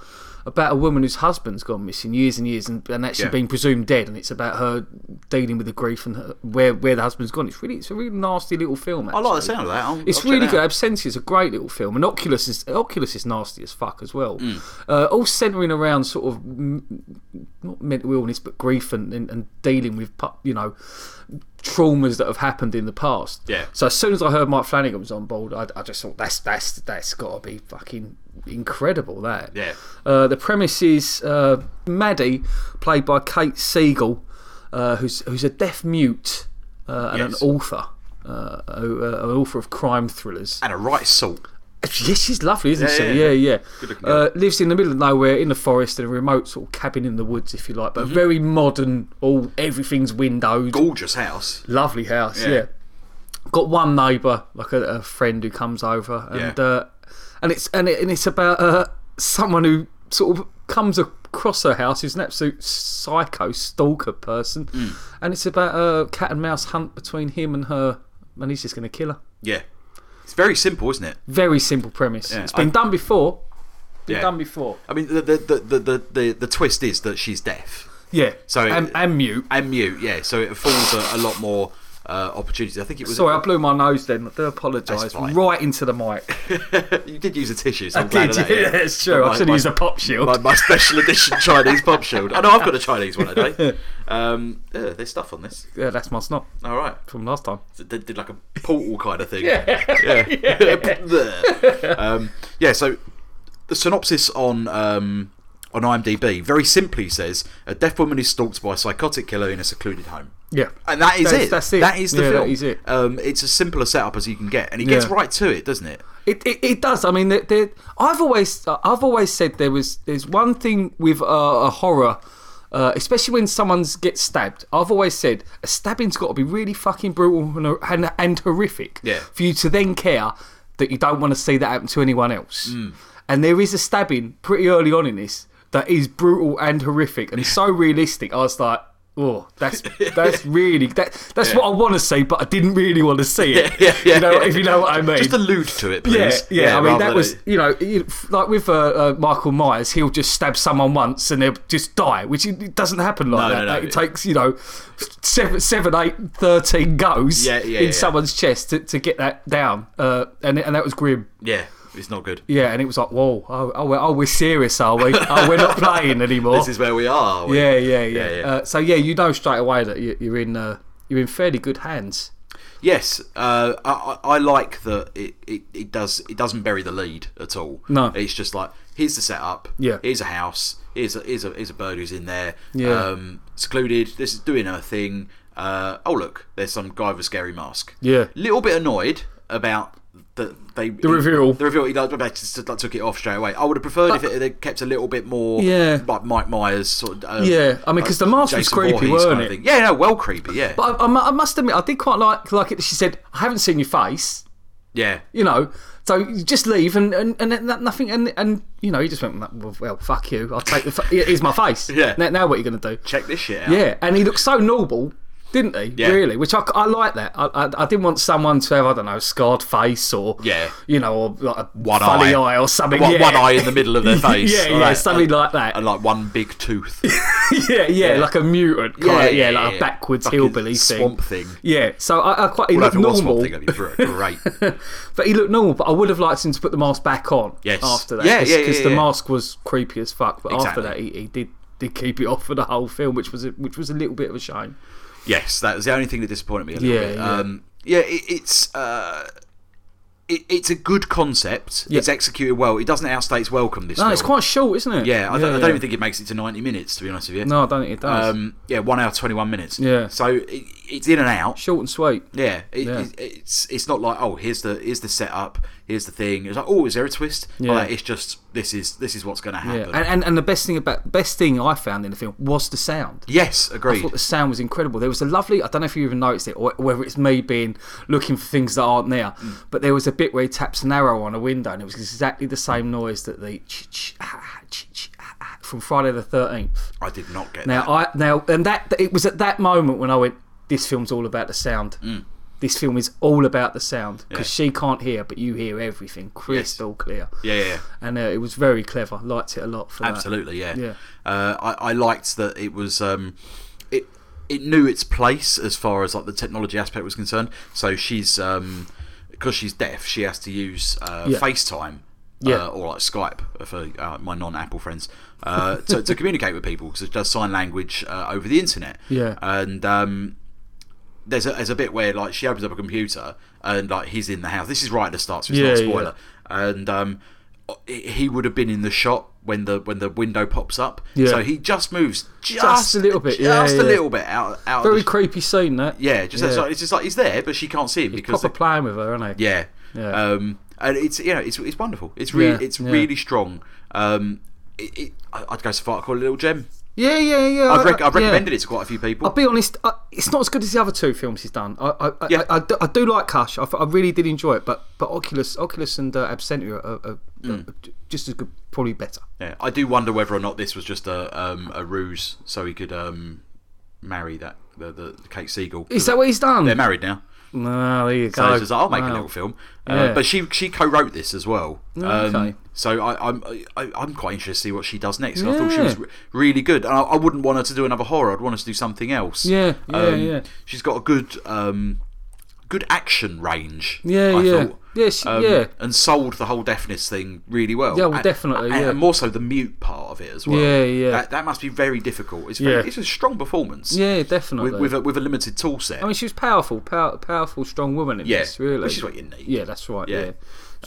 B: about a woman whose husband's gone missing years and years and, and actually
A: Yeah.
B: been presumed dead, and it's about her dealing with the grief and her, where where the husband's gone. It's really it's a really nasty little film.
A: I
B: Actually.
A: like the sound of that. I'll, I'll
B: It's
A: check
B: really
A: that
B: good.
A: out.
B: Absentia is a great little film, and Oculus is Oculus is nasty as fuck as well.
A: Mm.
B: Uh, all centering around sort of m- not mental illness, but grief and, and, and dealing with pu- you know traumas that have happened in the past.
A: Yeah.
B: So as soon as I heard Mike Flanagan was on board, I, I just thought that's that's that's got to be fucking incredible. That.
A: Yeah.
B: Uh, the premise is uh, Maddie, played by Kate Siegel, uh, who's who's a deaf mute uh, and
A: Yes.
B: an author, uh, a- a- an author of crime thrillers.
A: And a right salt.
B: Yes, she's lovely, isn't
A: Yeah,
B: she?
A: yeah,
B: Yeah, yeah.
A: Good-looking girl.
B: Uh, lives in the middle of nowhere, in the forest, in a remote sort of cabin in the woods, if you like,
A: Mm-hmm.
B: but very modern. All everything's windowed.
A: Gorgeous house.
B: Lovely house,
A: Yeah.
B: yeah. Got one neighbour, like a, a friend who comes over, and
A: Yeah.
B: uh, and it's and, it, and it's about uh, someone who sort of comes across her house who's an absolute psycho stalker person,
A: Mm.
B: and it's about a cat and mouse hunt between him and her, and he's just going to kill her.
A: Yeah. It's very simple, isn't it?
B: Very simple premise.
A: Yeah,
B: it's been
A: I-
B: done before. Been
A: Yeah.
B: done before.
A: I mean, the the, the, the, the, the the twist is that she's deaf
B: Yeah.
A: So-
B: and, and mute.
A: and mute. Yeah, so it affords a, a lot more uh, opportunities. I think it was.
B: Sorry, I blew my nose then. I do
A: That's
B: apologise.
A: fine.
B: Right into the mic.
A: you did use a tissue. So I'm glad
B: Did
A: of
B: you?
A: that, yeah.
B: That's true. I
A: My-
B: should
A: my-
B: use a pop shield.
A: my, my special edition Chinese pop shield. I know I've got a Chinese one today. Um, yeah, there's stuff on this.
B: yeah, that's my snot
A: All right,
B: from last time.
A: so did, did like a portal kind of thing. Yeah, yeah. um, yeah. So the synopsis on um, on IMDb very simply says a deaf woman is stalked by a psychotic killer in a secluded home.
B: Yeah.
A: And that is
B: That's-
A: it.
B: that's it.
A: That is the
B: Yeah, that
A: film.
B: is it.
A: Um, it's as simple a setup as you can get, and it gets
B: Yeah.
A: right to it, doesn't it?
B: It, it, it does. I mean, there- there- I've always I've always said there was there's one thing with uh, a horror, uh, especially when someone gets stabbed. I've always said a stabbing's got to be really fucking brutal and, and and horrific
A: Yeah.
B: for you to then care that you don't want to see that happen to anyone else.
A: Mm.
B: And there is a stabbing pretty early on in this that is brutal and horrific and so realistic. I was like. Oh, that's that's really that that's what I want to see, but I didn't really want to see it.
A: Yeah, yeah,
B: you know,
A: yeah.
B: if you know what I mean.
A: Just allude to it,
B: Yeah,
A: please.
B: yeah, I mean,
A: rather
B: that
A: than
B: was,
A: a-
B: you know, you- like with uh, uh, Michael Myers, he'll just stab someone once and they'll just die, which it it doesn't happen like
A: No,
B: that.
A: no, no.
B: It takes, you know, seven, seven, eight, thirteen goes
A: Yeah, yeah,
B: in
A: yeah.
B: someone's chest to, to get that down. Uh, and, and that was grim.
A: yeah. It's not good.
B: Yeah, and it was like, whoa, oh, oh, we're, oh we're serious, are we? Oh, we're not playing anymore.
A: This is where we are. We-
B: yeah, yeah, yeah.
A: Yeah, yeah.
B: Uh, so, yeah, you know straight away that you, you're in uh, you're in fairly good hands.
A: Yes, uh, I, I I like that it, it, it does it doesn't bury the lead at all.
B: No.
A: it's just like here's the setup.
B: Yeah.
A: here's a house. Here's a here's a, here's a bird who's in there.
B: Yeah.
A: um, secluded. This is doing her thing. Uh, oh look, there's some guy with a scary mask.
B: Yeah.
A: little bit annoyed about that they the
B: reveal.
A: The reveal. He like, they just like, took it off straight away. I would have preferred if it had kept a little bit more.
B: Yeah.
A: like Mike Myers sort of. Um,
B: Yeah, I mean, 'cause the mask was
A: Jason
B: creepy,
A: Voorhees
B: weren't
A: kind of
B: it?
A: thing. Yeah, no, well creepy. Yeah,
B: But I, I mu- I must admit, I did quite like, like it. She said, I haven't seen your face.
A: yeah.
B: you know. So you just leave and and, and then that- nothing and and you know he just went well, well fuck you I'll take the fu- here- here's my face
A: Yeah.
B: now, now what are you going to do
A: Check this shit out.
B: yeah and he looked so normal didn't he
A: Yeah.
B: really which I, I like that I, I I didn't want someone to have I don't know a scarred face or
A: Yeah.
B: you know or like a
A: One
B: funny
A: eye.
B: eye. or something
A: one,
B: yeah.
A: one eye in the middle of their face.
B: yeah yeah
A: Like,
B: something
A: and,
B: like that
A: and like one big tooth.
B: yeah, yeah like a mutant kind yeah, of, yeah, like a backwards
A: Fucking
B: hillbilly
A: swamp thing.
B: yeah so I, I quite he
A: Well, if
B: looked
A: it was
B: normal
A: swamp thing, that'd be br- great.
B: But he looked normal. But I would have liked him to put the mask back on.
A: Yes.
B: After that,
A: Yeah,
B: because
A: yeah, yeah,
B: the
A: yeah.
B: mask was creepy as fuck. But after
A: Exactly.
B: that, he, he did did keep it off for the whole film, which was a, which was a little bit of a shame.
A: yes, that was the only thing that disappointed me a little
B: Yeah,
A: bit.
B: yeah.
A: Um, yeah, it, it's. Uh, it, it's a good concept.
B: Yeah.
A: It's executed well. It doesn't outstay its welcome. This
B: No,
A: film.
B: it's quite short, isn't it?
A: Yeah, I don't, I don't even think it makes it to ninety minutes. To be honest with you.
B: No, I don't think it does.
A: Um, yeah, one hour twenty one minutes.
B: Yeah.
A: So it, it's in and out.
B: short and sweet.
A: Yeah, it,
B: Yeah.
A: It, it's it's not like oh here's the here's the setup here's the thing it's like oh is there a twist
B: Yeah.
A: Like, it's just this is this is what's going to
B: Yeah.
A: happen
B: And, and and the best thing about best thing I found in the film was the sound.
A: yes
B: I
A: agreed
B: thought the sound was incredible. There was a lovely, I don't know if you even noticed it, or whether it's me being looking for things that aren't there,
A: Mm.
B: but there was a bit where he taps an arrow on a window and it was exactly the same noise that the ch- ch- ah, ah, ch- ch- ah, ah, from Friday the 13th.
A: I did not get
B: Now, I now and that it was at that moment when I went, this film's all about the sound.
A: Mm.
B: This film is all about the sound because she can't hear, but you hear everything crystal clear.
A: that yeah yeah, yeah.
B: And uh, it was very clever. Liked it a lot for
A: absolutely yeah
B: Yeah.
A: Uh, I I liked that it was um it it knew its place as far as like the technology aspect was concerned so she's um because she's deaf she has to use uh,
B: Yeah.
A: FaceTime.
B: Yeah.
A: Uh, or like Skype for uh, my non-Apple friends uh, to, to communicate with people because it does sign language uh, over the internet.
B: Yeah.
A: and um, there's a, there's a bit where like she opens up a computer and like he's in the house. This is right at the start, so it's not a
B: Yeah, yeah.
A: spoiler. And um, he he would have been in the shop when the when the window pops up.
B: Yeah.
A: So he just moves just,
B: a little bit, yeah,
A: just
B: yeah.
A: a little bit out out. of
B: that. Very
A: the sh-
B: creepy scene, that.
A: yeah, just that's like, it's just like he's there, but she can't see him because
B: Proper
A: the-
B: playing with her, aren't they?
A: yeah.
B: Yeah.
A: Um, and it's you know it's it's wonderful. It's really
B: Yeah,
A: it's
B: yeah.
A: really strong. Um, it, it, I- I'd go so far to call it a little gem.
B: Yeah, yeah, yeah.
A: I've, rec-
B: I-
A: I've
B: uh, yeah. Oh.
A: recommended it to quite a few people.
B: I'll be honest, I, it's not as good as the other two films he's done. I, I,
A: Yeah.
B: I, I, do, I do like Cush. I, I really did enjoy it, but but Oculus, Oculus and uh, Absentia are, are,
A: Mm.
B: are just as good, probably better.
A: Yeah, I do wonder whether or not this was just a um, a ruse so he could um, marry that the, the Kate Siegel.
B: Is that what he's done?
A: They're married now.
B: No, there you
A: So
B: go.
A: it's just like, I'll make a
B: Wow.
A: little film.
B: Yeah. Oh,
A: Uh, but she she co-wrote this as well. Um,
B: okay.
A: So I, I'm I, I'm quite interested to see what she does next. 'cause I thought she
B: Yeah.
A: was re- really good. And I, I wouldn't want her to do another horror. I'd want her to do something else.
B: Yeah, yeah,
A: Um,
B: yeah.
A: She's got a good um, good action range.
B: Yeah,
A: I
B: yeah.
A: Thought.
B: Yeah, she-
A: Um,
B: yeah.
A: And sold the whole deafness thing really well.
B: Yeah, well,
A: And-
B: definitely,
A: And,
B: yeah.
A: and more so the mute part of it as well.
B: Yeah, yeah.
A: That, that must be very difficult. It's very,
B: Yeah.
A: it's a strong performance.
B: Yeah,
A: With,
B: definitely.
A: with a, with a limited tool set.
B: I mean, she was powerful, power, powerful, strong woman in
A: Yeah,
B: this, really.
A: which is what you need.
B: Yeah, that's right. Yeah.
A: Yeah.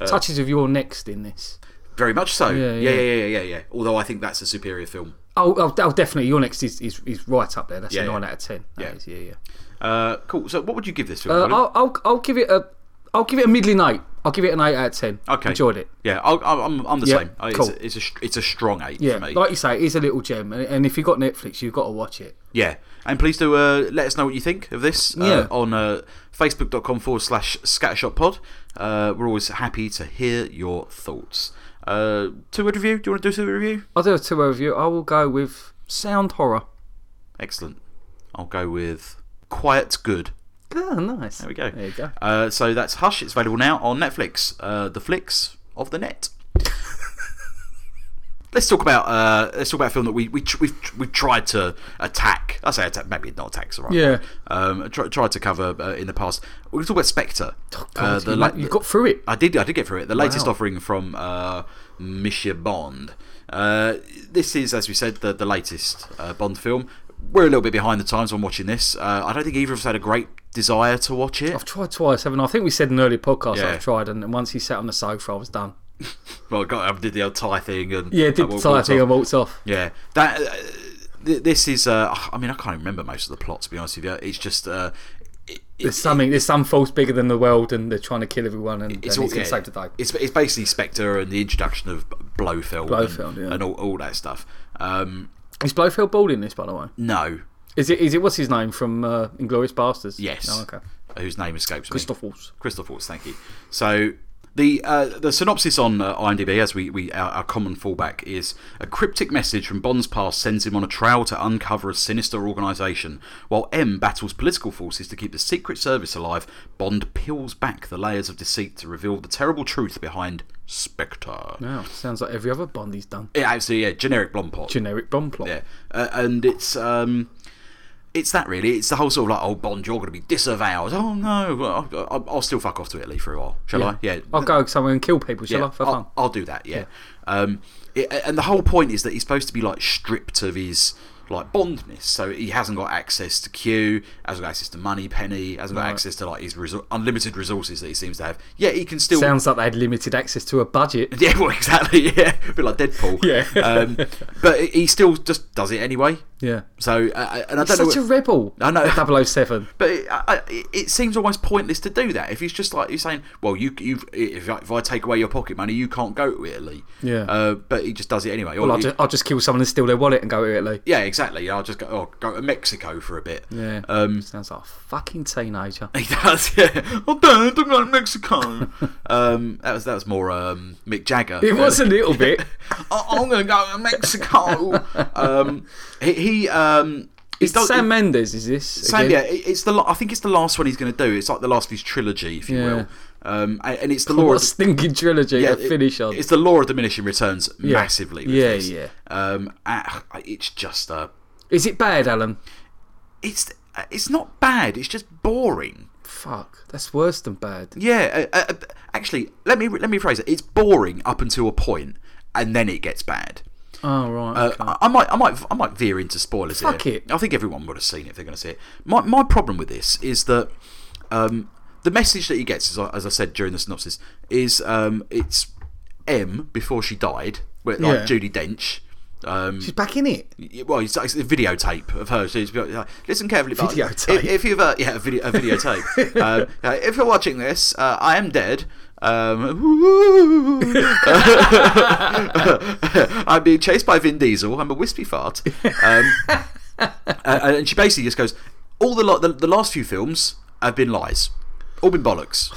A: Uh,
B: Touches of your next in this.
A: Very much so.
B: Yeah,
A: Yeah,
B: yeah.
A: yeah, yeah, yeah, yeah. yeah. Although I think that's a superior film.
B: Oh, oh, oh definitely. Your next is, is, is right up there. That's
A: Yeah,
B: a
A: yeah.
B: 9 out of 10. That
A: Yeah.
B: is, yeah, yeah.
A: Uh, cool. So, what would you give this film?
B: Uh,
A: Colin?
B: I'll, I'll, I'll give it a I'll give it a middling eight. I'll give it an eight out of ten.
A: Okay.
B: enjoyed it.
A: yeah, I'll, I'll- I'm, I'm the
B: Yeah,
A: same. I- It's,
B: cool.
A: a, it's a str- it's a strong eight
B: Yeah,
A: for me.
B: like you say, it is a little gem, and, and if you've got Netflix, you've got to watch it.
A: yeah, and please do uh, let us know what you think of this uh,
B: Yeah.
A: on uh, facebook.com forward slash scattershotpod. Uh, we're always happy to hear your thoughts. Uh, two word review. Do you want to do two word review?
B: I'll do a two over you. I will go with sound horror.
A: Excellent. I'll go with quiet good.
B: Oh, nice.
A: There we go.
B: There you go.
A: Uh, so that's Hush. It's available now on Netflix. Uh, the flicks of the net. let's talk about uh, let's talk about a film that we we tr- we've, tr- we've tried to attack. I say attack, maybe not attack's the right.
B: Yeah.
A: word. Um, tr- tried to cover uh, in the past. We're going to talk about Spectre. Uh,
B: Oh, you,
A: the
B: ma-
A: la-
B: you got through it.
A: I did. I did get through it. The latest
B: Wow.
A: offering from uh, Monsieur Bond. Uh, this is, as we said, the, the latest uh, Bond film. We're a little bit behind the times on watching this. Uh, I don't think either of us had a great desire to watch it.
B: I've tried twice, haven't I? I think we said in an earlier podcast
A: Yeah.
B: I've tried, and and once he sat on the sofa, I was done.
A: Well, I got, I did the old tie thing and
B: Yeah, did
A: and
B: the
A: walked-
B: entire
A: walked
B: thing
A: off.
B: and walked off.
A: Yeah, that uh, th- this is. Uh, I mean, I can't remember most of the plot to be honest with you. It's just. Uh, it,
B: There's something. There's some force bigger than the world, and they're trying to kill everyone, and,
A: it's
B: and
A: all,
B: he's going
A: yeah,
B: to save the day.
A: It's, it's basically Spectre and the introduction of Blofeld,
B: Blofeld,
A: and,
B: yeah.
A: and all, all that stuff. Um,
B: Is Blofeld bald in this, by the way?
A: no,
B: Is it? Is it? What's his name from uh, Inglorious Bastards?
A: yes,
B: Oh, okay.
A: whose name escapes me?
B: Christoph Waltz.
A: Christoph Waltz, thank you. So the uh, the synopsis on uh, IMDb, as we, we our, our common fallback is a cryptic message from Bond's past sends him on a trail to uncover a sinister organisation. While M battles political forces to keep the Secret Service alive, Bond peels back the layers of deceit to reveal the terrible truth behind Spectre.
B: Wow, sounds like every other Bond he's done.
A: Yeah, absolutely, yeah, generic blonde pop.
B: Generic Bond plot.
A: Yeah, uh, and it's um, it's that really. It's the whole sort of like, oh Bond, you're going to be disavowed. Oh no, well, I'll, I'll, I'll still fuck off to Italy for a while, shall I? Yeah,
B: I'll go somewhere and kill people, shall
A: yeah,
B: Oh,
A: Oh,
B: I? For fun.
A: I'll, I'll do that. Yeah. Um, it, and the whole point is that he's supposed to be like stripped of his like bondness, so he hasn't got access to Q, hasn't got access to money, Penny, hasn't got access to like his resor- unlimited resources that he seems to have. Yet he can still
B: Sounds like they had limited access to a budget.
A: yeah, well, exactly. Yeah, a bit like Deadpool.
B: Yeah.
A: um, but he still just does it anyway.
B: Yeah.
A: So, uh, and I don't know.
B: Such a rebel.
A: I know.
B: 007.
A: But it, I, I- it seems almost pointless to do that. If he's just like he's saying, "Well, you, you, if I, if I take away your pocket money, you can't go to Italy."
B: Yeah.
A: Uh, but he just does it anyway. Or
B: Well, I'll,
A: he-
B: just, I'll just kill someone and steal their wallet and go to Italy.
A: yeah, exactly. I'll just go. Oh, go to Mexico for a bit.
B: Yeah.
A: Um,
B: Sounds like a fucking teenager.
A: he does. Yeah. Oh, Dad, I'm going to Mexico. um, that was that was more um, Mick Jagger.
B: It was a little bit.
A: I- I'm going to go to Mexico. um, he, he um, he
B: It's
A: does-
B: Sam Mendes, is this?
A: Sam, yeah,
B: again?
A: it- it's the. la- I think it's the last one he's going to do. It's like the last of his trilogy, if you
B: Yeah.
A: will. Um, and, and it's the
B: What
A: law.
B: a
A: Of,
B: stinking trilogy
A: yeah,
B: to finish on.
A: It's the law of diminishing returns massively. With
B: Yeah,
A: this.
B: yeah.
A: Um, ah, it's just uh,
B: Is it bad, Alan?
A: it's uh, it's not bad. It's just boring.
B: Fuck. That's worse than bad.
A: Yeah. Uh, uh, actually, let me let me phrase it. It's boring up until a point, and then it gets bad.
B: Oh, right.
A: Uh,
B: okay.
A: I, I might, I might, I might veer into spoilers
B: Fuck
A: here.
B: it.
A: I think everyone would have seen it if they're going to see it. My, my problem with this is that um, the message that he gets, as I, as I said during the synopsis, is um, it's M before she died, with like
B: Yeah.
A: Judy Dench. Um,
B: She's back in it.
A: y- well, it's, it's a videotape of her. She's like, listen carefully, Bud.
B: Videotape.
A: If, if you've, uh, yeah, a, video, a videotape. um, uh, if you're watching this, uh, I am dead. Um, I'm being chased by Vin Diesel. I'm a wispy fart. Um, uh, and she basically just goes, all the, lo- the the last few films have been lies, all been bollocks.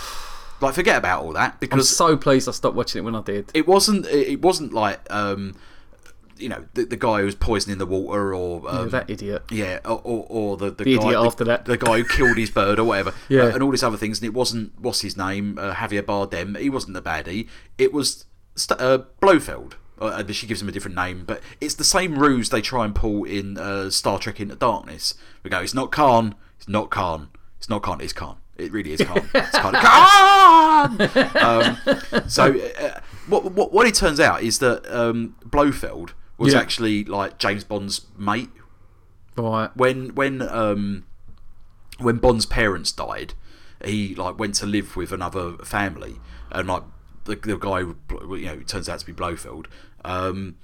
A: Like forget about all that
B: I'm
A: because
B: so pleased I stopped watching it when I did.
A: it wasn't it it wasn't like um, you know the, the guy who was poisoning the water or um,
B: that idiot.
A: yeah, or, or, or the, the,
B: The
A: guy,
B: idiot
A: the,
B: after that.
A: the guy who killed his bird or whatever,
B: Yeah.
A: uh, and all these other things. And it wasn't what's his name, uh, Javier Bardem. He wasn't the baddie. It was St- uh, Blofeld. Uh, and she gives him a different name, but it's the same ruse they try and pull in uh, Star Trek Into Darkness. We go, it's not Khan, it's not Khan, it's not Khan, it's Khan. It really is Khan. It's Khan. Khan! Um, so, uh, what, what what it turns out is that um, Blofeld was
B: Yeah.
A: actually like James Bond's mate
B: Right.
A: when when um when Bond's parents died, he like went to live with another family, and like the, the guy who, you know who turns out to be Blofeld um,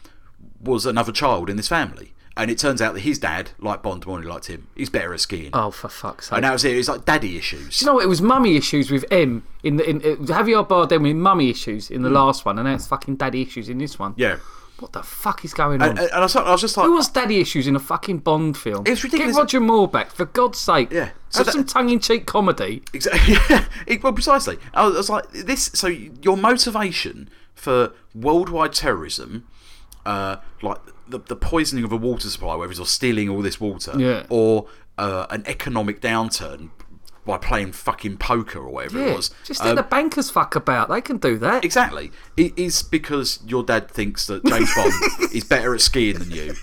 A: was another child in this family, and it turns out that his dad, like Bond, more liked him. He's better at skiing,
B: Oh, for fuck's sake.
A: and that was it. It's like daddy issues.
B: Do you know what? It was mummy issues with M in the in uh, Javier Bardem with mummy issues in the last one, and now it's fucking daddy issues in this one.
A: Mm. yeah, Uh,
B: What the fuck is going on?
A: and, and I, was, I was just like,
B: Who wants daddy issues in a fucking Bond film?
A: It's ridiculous.
B: Get Roger Moore back for God's sake.
A: Yeah.
B: So
A: Oh, that-
B: some tongue-in-cheek comedy.
A: Exactly. well, precisely. I was, I was like, this. So your motivation for worldwide terrorism, uh, like the, the poisoning of a water supply, whether it's or stealing all this water,
B: Yeah.
A: or uh, an economic downturn by playing fucking poker or whatever
B: Yeah.
A: it was. uh, Um,
B: Just let the bankers fuck about. They can do that.
A: Exactly. It is because your dad thinks that James Bond is better at skiing than you.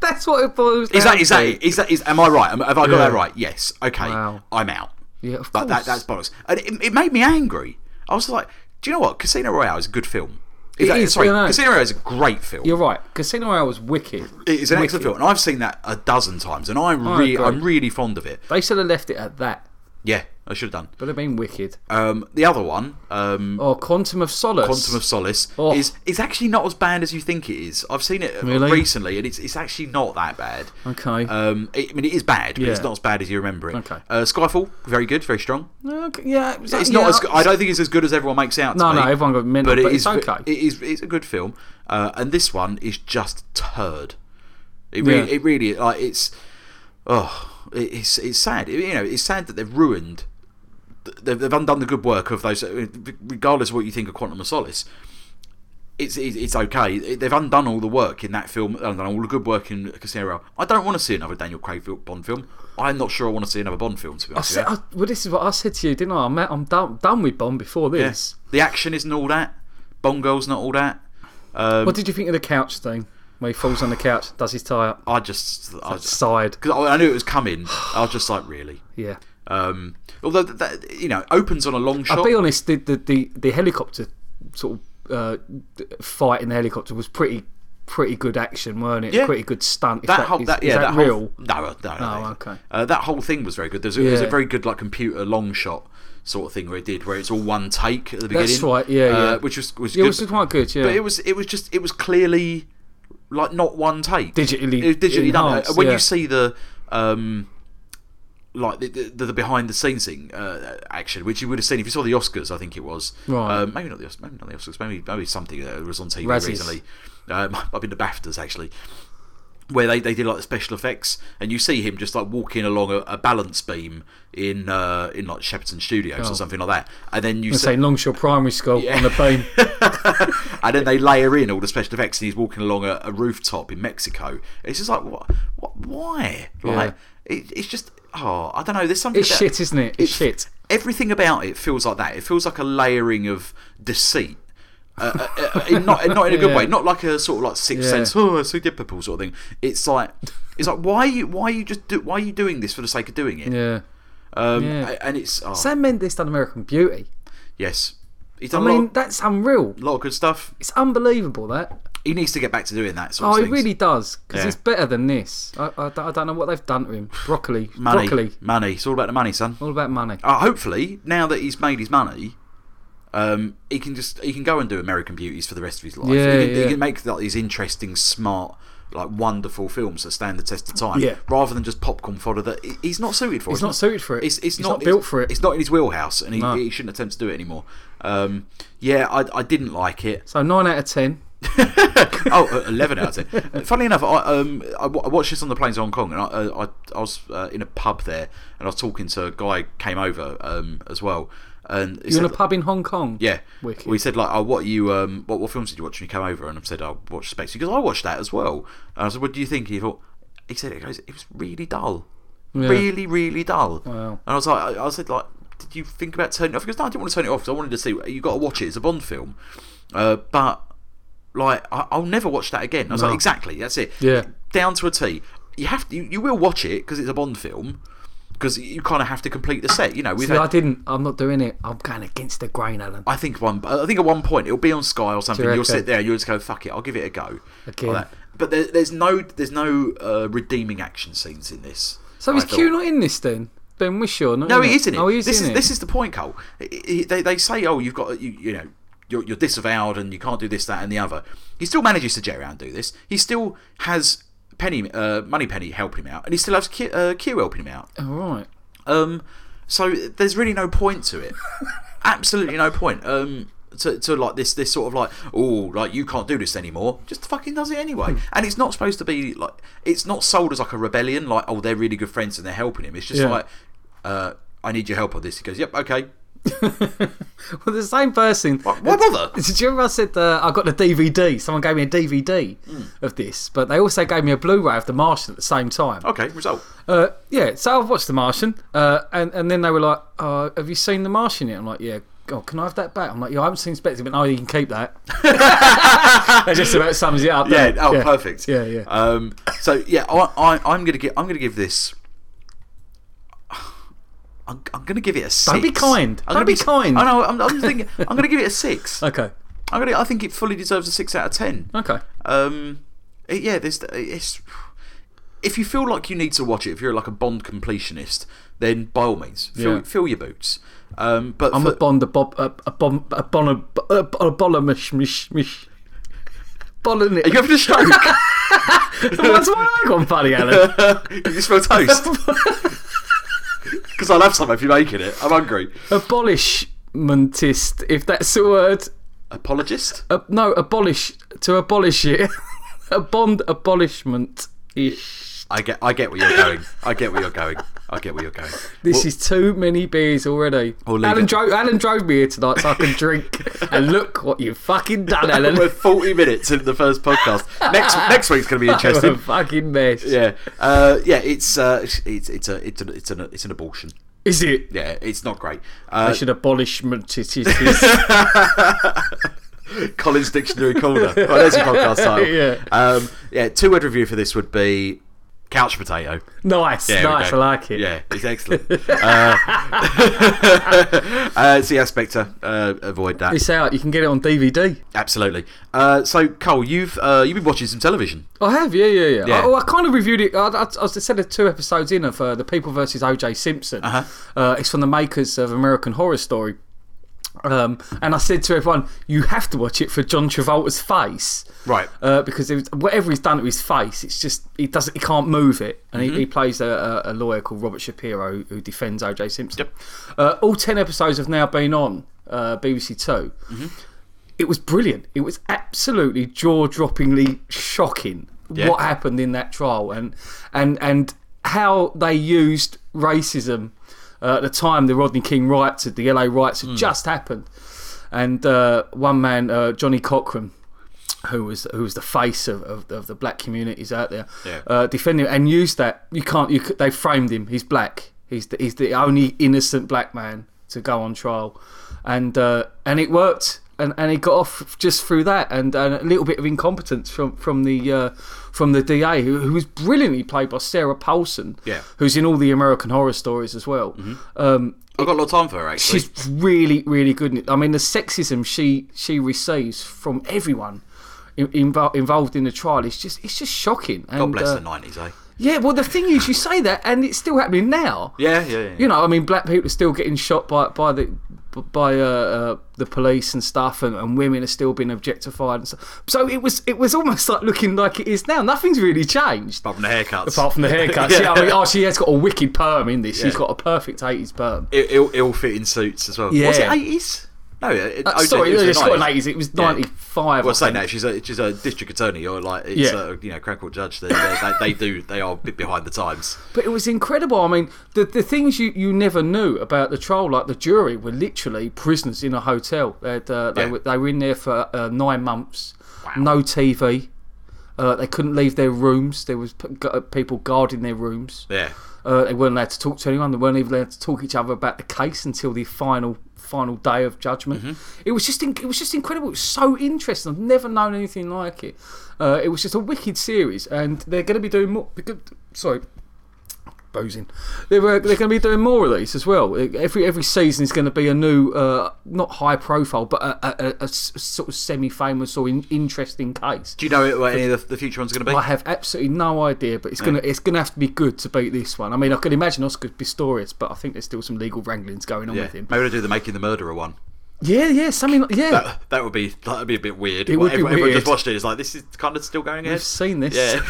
B: That's what it boils down
A: Is that,
B: to.
A: is that, is that, is, am I right? Am, have I got
B: Yeah.
A: that right? Yes. Okay.
B: Wow.
A: I'm out.
B: Yeah, of
A: But that,
B: course.
A: that's bollocks. And it, it made me angry. I was like, do you know what? Casino Royale is a good film. Is
B: It is,
A: sorry,
B: I know.
A: Casino Royale is a great film.
B: You're right. Casino Royale was wicked.
A: it is an excellent
B: Wicked.
A: film, and I've seen that a dozen times, and I'm re-
B: agree.
A: I'm really fond of it.
B: They should have left it at that.
A: Yeah, I should have done.
B: Would have been wicked.
A: Um, the other one, um,
B: Or Oh, Quantum of Solace.
A: Quantum of Solace,
B: Oh.
A: is is actually not as bad as you think it is. I've seen it uh,
B: Really?
A: recently, and it's it's actually not that bad.
B: Okay.
A: Um, it, I mean, it is bad, but it's
B: Yeah.
A: not as bad as you remember it.
B: Okay.
A: Uh, Skyfall, very good, very strong.
B: Okay, yeah, it's,
A: It's not as good, I don't think it's as good as everyone makes out.
B: No,
A: to
B: no,
A: me.
B: everyone got mental,
A: but,
B: but,
A: it is
B: it's okay.
A: It is. It's a good film, uh, and this one is just turd. It really,
B: Yeah.
A: it really, like it's, oh, it- it's it's sad. It- you know, it's sad that they've ruined, they've, they've undone the good work of those. uh, Regardless of what you think of Quantum of Solace, it's it's, it's okay. It- They've undone all the work in that film, undone all the good work in Casino Royale. I don't want to see another Daniel Craig fil- Bond film. I'm not sure I want to see another Bond film. To be
B: I
A: honest,
B: said,
A: with you.
B: I, well, this is what I said to you, didn't I? I'm, I'm done, done with Bond before this.
A: the action isn't all that. Bond girl's not all that. Um,
B: What did you think of the couch thing? Where he falls on the couch, does his tie up,
A: I just, I just
B: side.
A: because I, I knew it was coming. I was just like, really.
B: Yeah.
A: Um, although that, that you know opens on a long shot.
B: I'll be honest, the, the, the, the helicopter sort of uh, d- fight in the helicopter was pretty pretty good action, weren't it?
A: Yeah.
B: Pretty good stunt. If
A: that whole,
B: is-
A: that,
B: is
A: yeah,
B: that
A: whole-
B: real?
A: no, no, no, no.
B: Oh, okay.
A: Uh, that whole thing was very good. There's a, there's a
B: Yeah.
A: very good like computer long shot sort of thing where it did where it's all one take at the beginning.
B: That's right, yeah,
A: uh,
B: yeah.
A: Which was was
B: Yeah,
A: good.
B: it was quite good, yeah.
A: but it was it was just it was clearly like not one take.
B: Digitally
A: It was digitally done.
B: enhanced,
A: Uh, When
B: yeah.
A: you see the um, like the, the, the behind the scenes thing uh, action, which you would have seen if you saw the Oscars, I think it was.
B: Right.
A: Um, maybe not the Os- maybe not the Oscars. Maybe maybe something that was on TV
B: Razzies.
A: recently. Uh, might have been the Baftas actually. Where they, they did like the special effects, and you see him just like walking along a, a balance beam in uh, in like Shepperton Studios
B: Oh.
A: or something like that, and then you
B: I'm
A: see,
B: saying Longshore Primary School on the beam.
A: and then they layer in all the special effects, and he's walking along a, a rooftop in Mexico. It's just like, what, what why? Like, it, it's just, oh, I don't know. There's something.
B: It's
A: that-
B: shit, isn't it? It's shit.
A: Everything about it feels like that. It feels like a layering of deceit. Uh, uh, uh, in not, in not in a good
B: Yeah.
A: way. Not like a sort of like sixth
B: Yeah.
A: sense. Oh, so typical sort of thing. It's like, it's like why are you why are you just do, why are you doing this for the sake of doing it?
B: Yeah.
A: Um,
B: Yeah.
A: And it's oh,
B: Sam Mendes done American Beauty.
A: yes, he's
B: I
A: done a
B: mean,
A: lot,
B: that's unreal.
A: lot of good stuff.
B: It's unbelievable that.
A: He needs to get back to doing that sort
B: Oh,
A: of
B: he
A: things.
B: really does because
A: Yeah.
B: it's better than this. I, I, don't- I don't know what they've done to him. Broccoli,
A: Money,
B: broccoli,
A: money. It's all about the money, son.
B: all about money.
A: Uh, hopefully, now that he's made his money, um, he can just he can go and do American Beauties for the rest of his life.
B: Yeah,
A: he, can, he
B: yeah.
A: can make like, these interesting, smart like wonderful films that stand the test of time,
B: Yeah.
A: rather than just popcorn fodder that he- he's not suited for.
B: He's not suited for it.
A: It's, it's
B: He's not built
A: it's-
B: for it.
A: It's not in his wheelhouse, and he,
B: No.
A: he shouldn't attempt to do it anymore. Um, yeah, I, I didn't like it.
B: So nine out of ten.
A: oh, uh, 11 out of 10. Funnily enough, I, um, I, wa- I watched this on the planes in Hong Kong, and I, uh, I, I was uh, in a pub there, and I was talking to a guy came over um, as well. And he
B: You're in a
A: said-
B: pub in Hong Kong.
A: yeah,
B: Wicked.
A: we said like, "Oh, what you um, what what films did you watch when you came over?" And I said, "I watched Space." He goes, "I watched that as well." And I said, "What do you think?" He thought, he said, "It goes, it was really dull,
B: Yeah.
A: really, really dull."
B: Wow.
A: And I was like, I, I said like, "Did you think about turning it off?" He goes, "No, I didn't want to turn it off because I wanted to see. You got to watch it. It's a Bond film, uh, but like, I, I'll never watch that again." I was like, "Exactly, that's it."
B: Yeah.
A: down to a T. You have to, you, you will watch it because it's a Bond film. Because you kind of have to complete the set, you know. We've
B: See,
A: had-
B: I didn't. I'm not doing it. I'm going against the grain, Alan.
A: I think one. I think at one point it'll be on Sky or something.
B: Do you
A: You'll
B: reckon?
A: sit there and you'll just go, "Fuck it, I'll give it a go."
B: Okay.
A: Like that. But there, there's no there's no uh, redeeming action scenes in this.
B: So
A: I
B: is
A: thought.
B: Q not in this then? Ben Wishaw? Not
A: No,
B: in
A: he isn't. It.
B: Oh, he is
A: this
B: in
A: is
B: it.
A: this is the point, Cole. I- I- They, they say, "Oh, you've got you, you know." You're, you're disavowed and you can't do this, that, and the other. He still manages to jet around and do this. He still has Penny, uh, Money Penny help him out, and he still has Q, uh, Q helping him out.
B: All right.
A: Um, so there's really no point to it. Absolutely no point. Um, to, to like this this sort of like oh like you can't do this anymore. Just fucking does it
B: Hmm.
A: anyway. And it's not supposed to be like it's not sold as like a rebellion. Like oh they're really good friends and they're helping him. It's just
B: Yeah.
A: like uh, I need your help on this. He goes yep okay.
B: Well, the same person.
A: Why bother?
B: Did you remember I said uh, I got the DVD? Someone gave me a DVD
A: Hmm.
B: of this, but they also gave me a Blu-ray of The Martian at the same time.
A: Okay result.
B: Uh, yeah, so I've watched The Martian, uh, and and then they were like, uh, "Have you seen The Martian yet?" I'm like, "Yeah." Oh, can I have that back? I'm like, "Yeah, I haven't seen Spectre, but no, you can keep that." that just about sums it up.
A: Yeah
B: doesn't it?
A: oh perfect.
B: Yeah, yeah.
A: Um, so yeah I, I I'm gonna give I'm gonna give this. I'm, I'm gonna give it a six.
B: be kind.
A: I'm
B: Don't
A: gonna
B: be kind.
A: I know. I'm, I'm thinking. I'm gonna give it a six.
B: okay,
A: I'm gonna, I think it fully deserves a six out of ten.
B: okay.
A: Um, it- yeah, there's it's. If you feel like you need to watch it, if you're like a Bond completionist, then by all means, fill,
B: Yeah.
A: fill your boots. Um, but
B: I'm
A: for,
B: a Bond, a Bob, a, a Bond, a Bon, a, a, a Bollamish, mish, mish. Bolin
A: are you having a stroke?
B: What's my eye gone funny, Alan?
A: you smell toast. Because I'll have some if you're making it. I'm hungry.
B: Abolishmentist, if that's a word.
A: Apologist.
B: Uh, no, abolish to abolish it. a bond abolishment ish.
A: I get. I get where you're going. I get where you're going. I get where you're going.
B: This is too many beers already.
A: We'll leave
B: Alan
A: it.
B: drove Alan drove me here tonight so I can drink. and look what you've fucking done,
A: We're
B: Alan.
A: 40 minutes into the first podcast. Next next week's going to be
B: You're
A: interesting.
B: a fucking mess.
A: yeah, uh, yeah. It's uh, it's it's it's a it's an it's an it's an abortion.
B: Is it?
A: Yeah, it's not great.
B: I
A: Uh,
B: should abolishment it is.
A: Colin's Dictionary Corner. Well, there's your podcast title.
B: Yeah.
A: um, yeah. Two word review for this would be couch potato.
B: nice,
A: There we
B: nice, I
A: go.
B: like it.
A: Yeah, it's excellent. uh, uh, see, Aspector, uh, avoid that.
B: It's out, you can get it on DVD.
A: Absolutely. Uh, so, Cole, you've uh, you've been watching some television.
B: I Oh, have, yeah, yeah, yeah.
A: Yeah.
B: I, well, I kind of reviewed it. I, I, I was- I said there's two episodes in of uh, the People versus O.J. Simpson.
A: Uh-huh.
B: uh it's from the makers of American Horror Story, um, and I said to everyone, "You have to watch it for John Travolta's face,
A: Right.
B: Uh, because it was, whatever he's done to his face, it's just he doesn't, he can't move it." And he,
A: Mm-hmm.
B: he plays a, a a lawyer called Robert Shapiro who, who defends O.J. Simpson. Uh, all ten episodes have now been on uh, BBC 2 it was brilliant. It was absolutely jaw-droppingly shocking
A: Yeah.
B: what happened in that trial and and and how they used racism uh, at the time the Rodney King riots, the LA riots
A: Hmm.
B: had just happened, and uh, one man, uh, Johnny Cochran. Who was who was the face of, of, of the black communities out there?
A: Yeah.
B: Uh, defending and used that you can't. You, c- they framed him. He's black. He's the, he's the only innocent black man to go on trial, and uh, and it worked. And, and he got off just through that, and, and a little bit of incompetence from from the uh, from the DA, who, who was brilliantly played by Sarah Paulson,
A: Yeah. Mm-hmm.
B: who's in all the American horror stories as well. Um,
A: I've got a lot of time for her, actually.
B: she's really really good in it. i mean the sexism she she receives from everyone in, invol- involved in the trial is just it's just shocking and
A: God bless
B: uh,
A: the 90s, eh?
B: yeah well the thing is you say that and it's still happening now
A: Yeah, yeah, yeah.
B: you know i mean black people are still getting shot by by the b- by uh, uh, the police and stuff, and, and women are still being objectified and stuff. So it was it was almost like looking like it is now. Nothing's really changed
A: Apart from the haircuts.
B: apart from the haircut.
A: Yeah.
B: yeah. I mean, oh, she has got a wicked perm in this. She's
A: Yeah.
B: got a perfect eighties perm.
A: Ill, Ill, ill-fitting suits as well. Was it
B: Yeah.
A: eighties? No, it,
B: Uh,
A: oh,
B: sorry,
A: it was the
B: it's got an
A: 90s.
B: eighties. It was
A: Yeah.
B: ninety five.
A: Well, saying that she's a she's a district attorney or like it's
B: Yeah.
A: a, you know crown court judge. They, they, they, they do they are a bit behind the times.
B: But it was incredible. I mean, the, the things you, you never knew about the trial, like the jury were literally prisoners in a hotel. They had, uh, they,
A: Yeah.
B: were, they were in there for uh, nine months,
A: Wow.
B: no TV. Uh, they couldn't leave their rooms. There was p- gu- uh, people guarding their rooms.
A: Yeah,
B: Uh, they weren't allowed to talk to anyone. They weren't even allowed to talk to each other about the case until the final final day of judgment. It was just in, it was just incredible. It was so interesting. I've never known anything like it. Uh, it was just a wicked series, and they're going to be doing more. Because, sorry. Boozing. They're, uh, they're going to be doing more of these as well. E-, Every every season is going to be a new, uh, not high profile, but a, a, a- a s- sort of semi famous or in, interesting case.
A: do you know what any of the, the future ones going to be?
B: I have absolutely no idea, but it's gonna
A: Mm.
B: it's gonna have to be good to beat this one. I mean, I can imagine Oscar Pistorius, but I think there's still some legal wranglings going on
A: yeah,
B: with him.
A: maybe they do the making the murderer one.
B: Yeah, yeah, something. Like, yeah,
A: That, that would be that would be a bit weird.
B: It would be
A: everyone, everyone
B: weird.
A: just watched it. It's like this is kind of still going ahead.
B: I've seen this.
A: Yeah,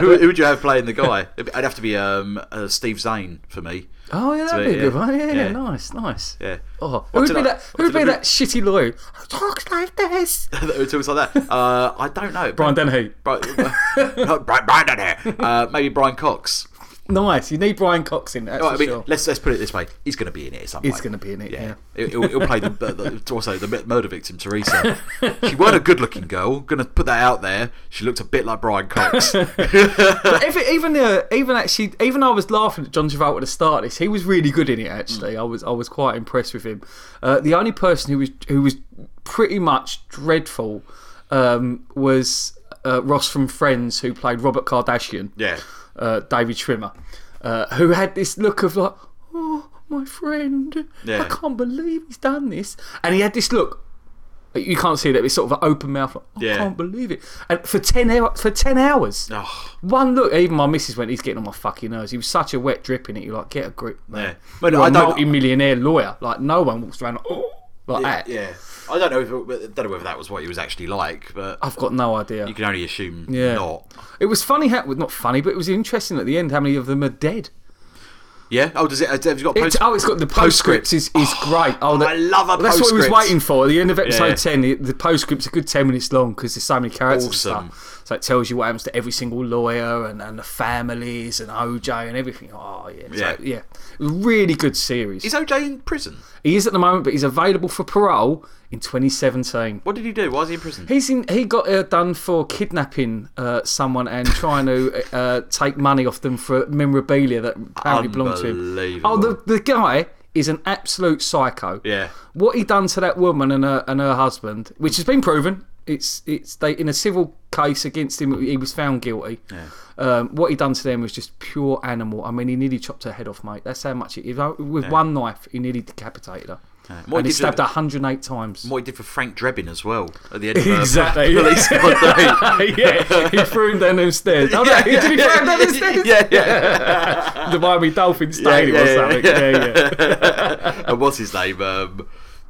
A: who, who would you have playing the guy? It'd have to be um, uh, Steve Zane for me.
B: Oh yeah, that'd be a
A: yeah.
B: good one. Yeah, yeah,
A: Yeah.
B: nice, nice.
A: Yeah.
B: Oh,
A: What
B: who'd
A: did
B: be
A: I-
B: that?
A: what
B: Who'd
A: did I
B: be
A: do?
B: that shitty lawyer? Who talks like this?
A: it was like that. Uh, I don't know.
B: Brian Dennehy.
A: Brian, no, Brian, Brian down here. Uh, maybe Brian Cox.
B: Nice. You need Brian Cox in. That's
A: Well, I
B: for
A: mean,
B: sure.
A: let's let's put it this way: he's going to be in it. at Some
B: He's
A: point.
B: going to be in it. Yeah.
A: He'll- he'll, he'll play the, the also the mi- murder victim Teresa. She weren't a good-looking girl. Going to put that out there. She looked a bit like Brian Cox.
B: But even even uh, even actually even I was laughing at John Travolta at the start. of This he was really good in it. Actually,
A: Mm.
B: I was I was quite impressed with him. Uh, the only person who was who was pretty much dreadful um, was uh, Ross from Friends, who played Robert Kardashian.
A: Yeah.
B: uh, David Schwimmer, uh, who had this look of like, oh my friend,
A: Yeah.
B: I can't believe he's done this, and he had this look. You can't see that. It's sort of an open mouth. Like, oh,
A: Yeah.
B: I can't believe it. And for ten hour, for ten hours.
A: Oh,
B: One look, even my missus went, he's getting on my fucking nerves. He was such a wet drip in it. You're like, get a grip,
A: Yeah.
B: man.
A: But
B: You're
A: I
B: a
A: don't-
B: multi-millionaire lawyer. Like, no one walks around like, oh, like that.
A: yeah. I don't know. If, don't know whether that was what he was actually like, but
B: I've got no idea.
A: you can only assume
B: Yeah.
A: not.
B: It was funny, how, well, not funny, but it was interesting at the end how many of them are dead.
A: Yeah. Oh, does it? Have you got
B: It's,
A: post-
B: oh, it's got the
A: Postscript.
B: postscript is, is great. Oh,
A: I love a
B: well, That's what we was
A: postscript.
B: waiting for at the end of episode
A: Yeah.
B: ten. The, the postscript's a good ten minutes long because there's so many characters. and
A: Awesome.
B: stuff. So it tells you what happens to every single lawyer and, and the families and OJ and everything. Oh yeah,
A: Yeah.
B: yeah, so, yeah. It was a Really good series.
A: Is OJ in prison?
B: he is at the moment, but he's available for parole in 2017.
A: What did he do? Why is he in prison?
B: He's in. He got uh, done for kidnapping uh, someone and trying to uh, take money off them for memorabilia that apparently belonged to him.
A: Unbelievable.
B: Oh, the the guy is an absolute psycho.
A: Yeah.
B: What he done to that woman and her and her husband, which has been proven. It's it's they in a civil case against him. He was found guilty. Um, what he done to them was just pure animal. I mean, he nearly chopped her head off, mate. That's how much. It, if I- with one knife, he nearly decapitated her.
A: What
B: And he
A: did you-
B: stabbed her 108 times.
A: What he did for Frank Drebin as well at the end of uh,
B: Exactly.
A: Police Gone Day.
B: yeah, he threw him down them stairs. Oh, no,
A: Yeah,
B: he did he
A: yeah,
B: throw him down them
A: yeah,
B: stairs?
A: yeah, yeah.
B: The Miami Dolphins stadium
A: yeah,
B: or
A: yeah,
B: something.
A: yeah.
B: Yeah, yeah.
A: and what's his name? Um,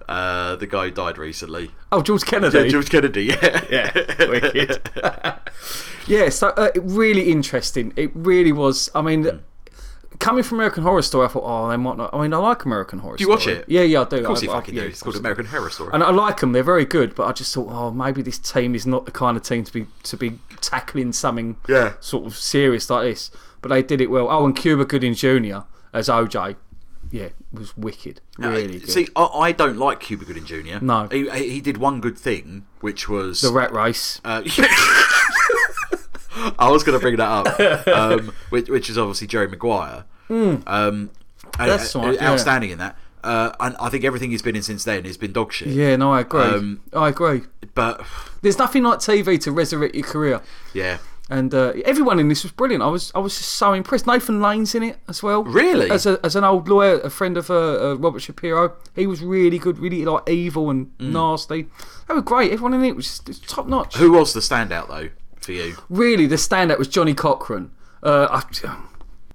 A: uh, the guy who died recently.
B: Oh, George Kennedy.
A: Yeah, George Kennedy. Yeah.
B: yeah, wicked. yeah, so uh, it really interesting. It really was. I mean,
A: Hmm.
B: coming from American Horror Story, I thought, oh, they might not. I mean, I like American Horror. Do
A: you watch it?
B: Yeah, yeah, I do.
A: Of course he fucking did. It's called American Horror Story.
B: And I like them; they're very good. But I just thought, oh, maybe this team is not the kind of team to be to be tackling something
A: Yeah.
B: sort of serious like this. But they did it well. Oh, and Cuba Gooding Jr. as OJ, yeah, was wicked. Really good.
A: See, I, I don't like Cuba Gooding Jr.
B: No.
A: he, he did one good thing, which was
B: the rat race.
A: Uh, I was going to bring that up, um, which, which is obviously Jerry Maguire. Um, and-
B: Hmm. That's
A: uh,
B: right, yeah.
A: outstanding in that. Uh, and I think everything he's been in since then has been dog shit.
B: yeah, no, I agree.
A: um,
B: I agree.
A: But
B: There's nothing like TV to resurrect your career.
A: yeah,
B: and uh, everyone in this was brilliant. I was I was just so impressed. Nathan Lane's in it as well.
A: Really?
B: as, a, as an old lawyer, a friend of uh, uh, Robert Shapiro, he was really good, really like evil and
A: Mm.
B: nasty. They were great. Everyone in it was just top notch.
A: who was the standout though for you?
B: Really, the standout was Johnny Cochran. Uh, I,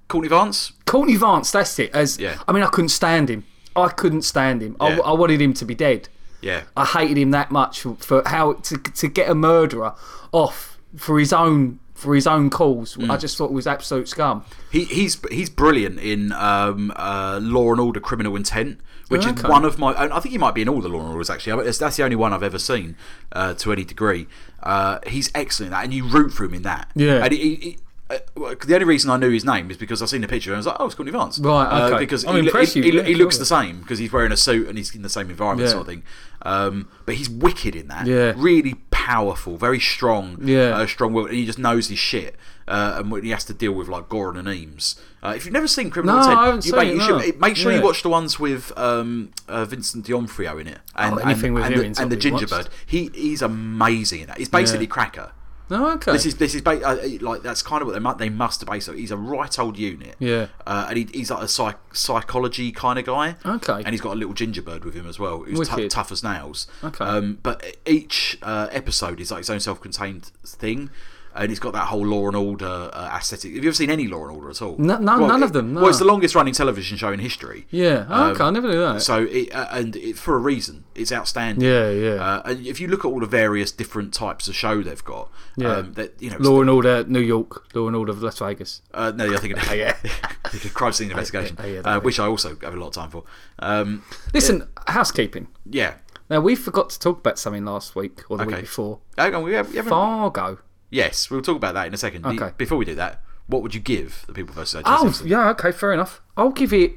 A: Courtney Vance.
B: Courtney Vance, that's it. As
A: Yeah.
B: I mean, I couldn't stand him. I couldn't stand him. I,
A: Yeah.
B: I wanted him to be dead.
A: Yeah.
B: I hated him that much for, for how to to get a murderer off for his own for his own cause.
A: Mm.
B: I just thought it was absolute scum.
A: He, he's he's brilliant in um, uh, Law and Order: Criminal Intent, which is
B: Okay.
A: one of my. and I think he might be in all the Law and Orders actually. I mean, that's- that's the only one I've ever seen uh, to any degree. Uh, he's excellent in that, and you root for him in that.
B: Yeah.
A: And he, he, uh, well, the only reason I knew his name is because I seen the picture and I was like, "Oh, it's Courtney Vance."
B: Right,
A: Uh,
B: okay.
A: because
B: I'm
A: he,
B: impressed
A: he,
B: you-
A: he,
B: yeah,
A: he looks
B: sure.
A: the same because he's wearing a suit and he's in the same environment,
B: Yeah.
A: sort of thing. Um, but he's wicked in that.
B: Yeah.
A: Really powerful, very strong.
B: Yeah.
A: uh, strong will, and he just knows his shit. Uh, and when he has to deal with like Goran and Eames. Uh, if you've never seen Criminal
B: No,
A: Intent,
B: I haven't
A: you,
B: seen
A: mate,
B: it,
A: you
B: no.
A: should- make sure you
B: Yeah.
A: watch the ones with um, uh, Vincent D'Onofrio in it, and
B: Oh, anything
A: and,
B: with
A: and
B: him
A: the,
B: in's
A: and the
B: what we watched.
A: Gingerbird. He he's amazing in that. He's basically
B: Yeah.
A: Cracker.
B: No, Oh, okay.
A: This is this is ba- uh, like that's kind of what they must they must have based. on. He's a right old unit.
B: Yeah.
A: uh, and he, he's like a psych- psychology kind of guy.
B: Okay.
A: and he's got a little gingerbird with him as well, who's tou-
B: Wicked.
A: tough as nails.
B: Okay.
A: um, but each uh, episode is like its own self-contained thing. And it's got that whole Law and Order uh, aesthetic. Have you ever seen any Law and Order at all?
B: No- no- none of them,
A: Well, it's
B: no.
A: the longest-running television show in history.
B: yeah, Oh,
A: Um,
B: okay. I never knew that.
A: so, it, uh, and it, for a reason, it's outstanding.
B: Yeah, yeah.
A: Uh, and if you look at all the various different types of show they've got,
B: Yeah.
A: um, that you know,
B: Law and Order, New York. Law and Order of Las Vegas.
A: uh, no, I think it,
B: yeah.
A: the crime scene investigation,
B: Oh, yeah, that
A: uh,
B: bit.
A: which I also have a lot of time for. Um,
B: Listen, housekeeping.
A: yeah,
B: Now we forgot to talk about something last week or the
A: Okay.
B: week before.
A: Hang on, we have- we haven't-
B: Fargo.
A: yes, we'll talk about that in a second. Be-
B: Okay.
A: Before we do that, what would you give the people versus O.J.
B: Oh,
A: Simpson?
B: yeah. Okay, fair enough. I'll give it.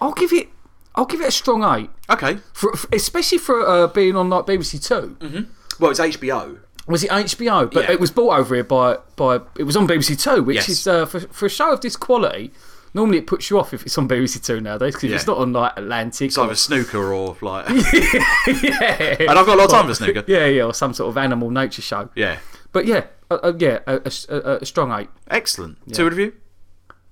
B: I'll give it. I'll give it a strong eight,
A: Okay,
B: for, for- especially for uh, being on like BBC 2
A: well, it's HBO.
B: Was it HBO? But
A: Mm-hmm. Yeah.
B: it was bought over here by by. It was on BBC Two, which
A: Yes.
B: is uh, for for a show of this quality. Normally, it puts you off if it's on BBC Two nowadays because
A: Yeah.
B: it's not on like Atlantic.
A: It's either snooker or like, and
B: yeah,
A: I've got a lot of time for snooker.
B: yeah, yeah, or some sort of animal nature show.
A: Yeah,
B: But yeah, uh, uh, yeah, a, a, a, a strong eight.
A: excellent. Two of you.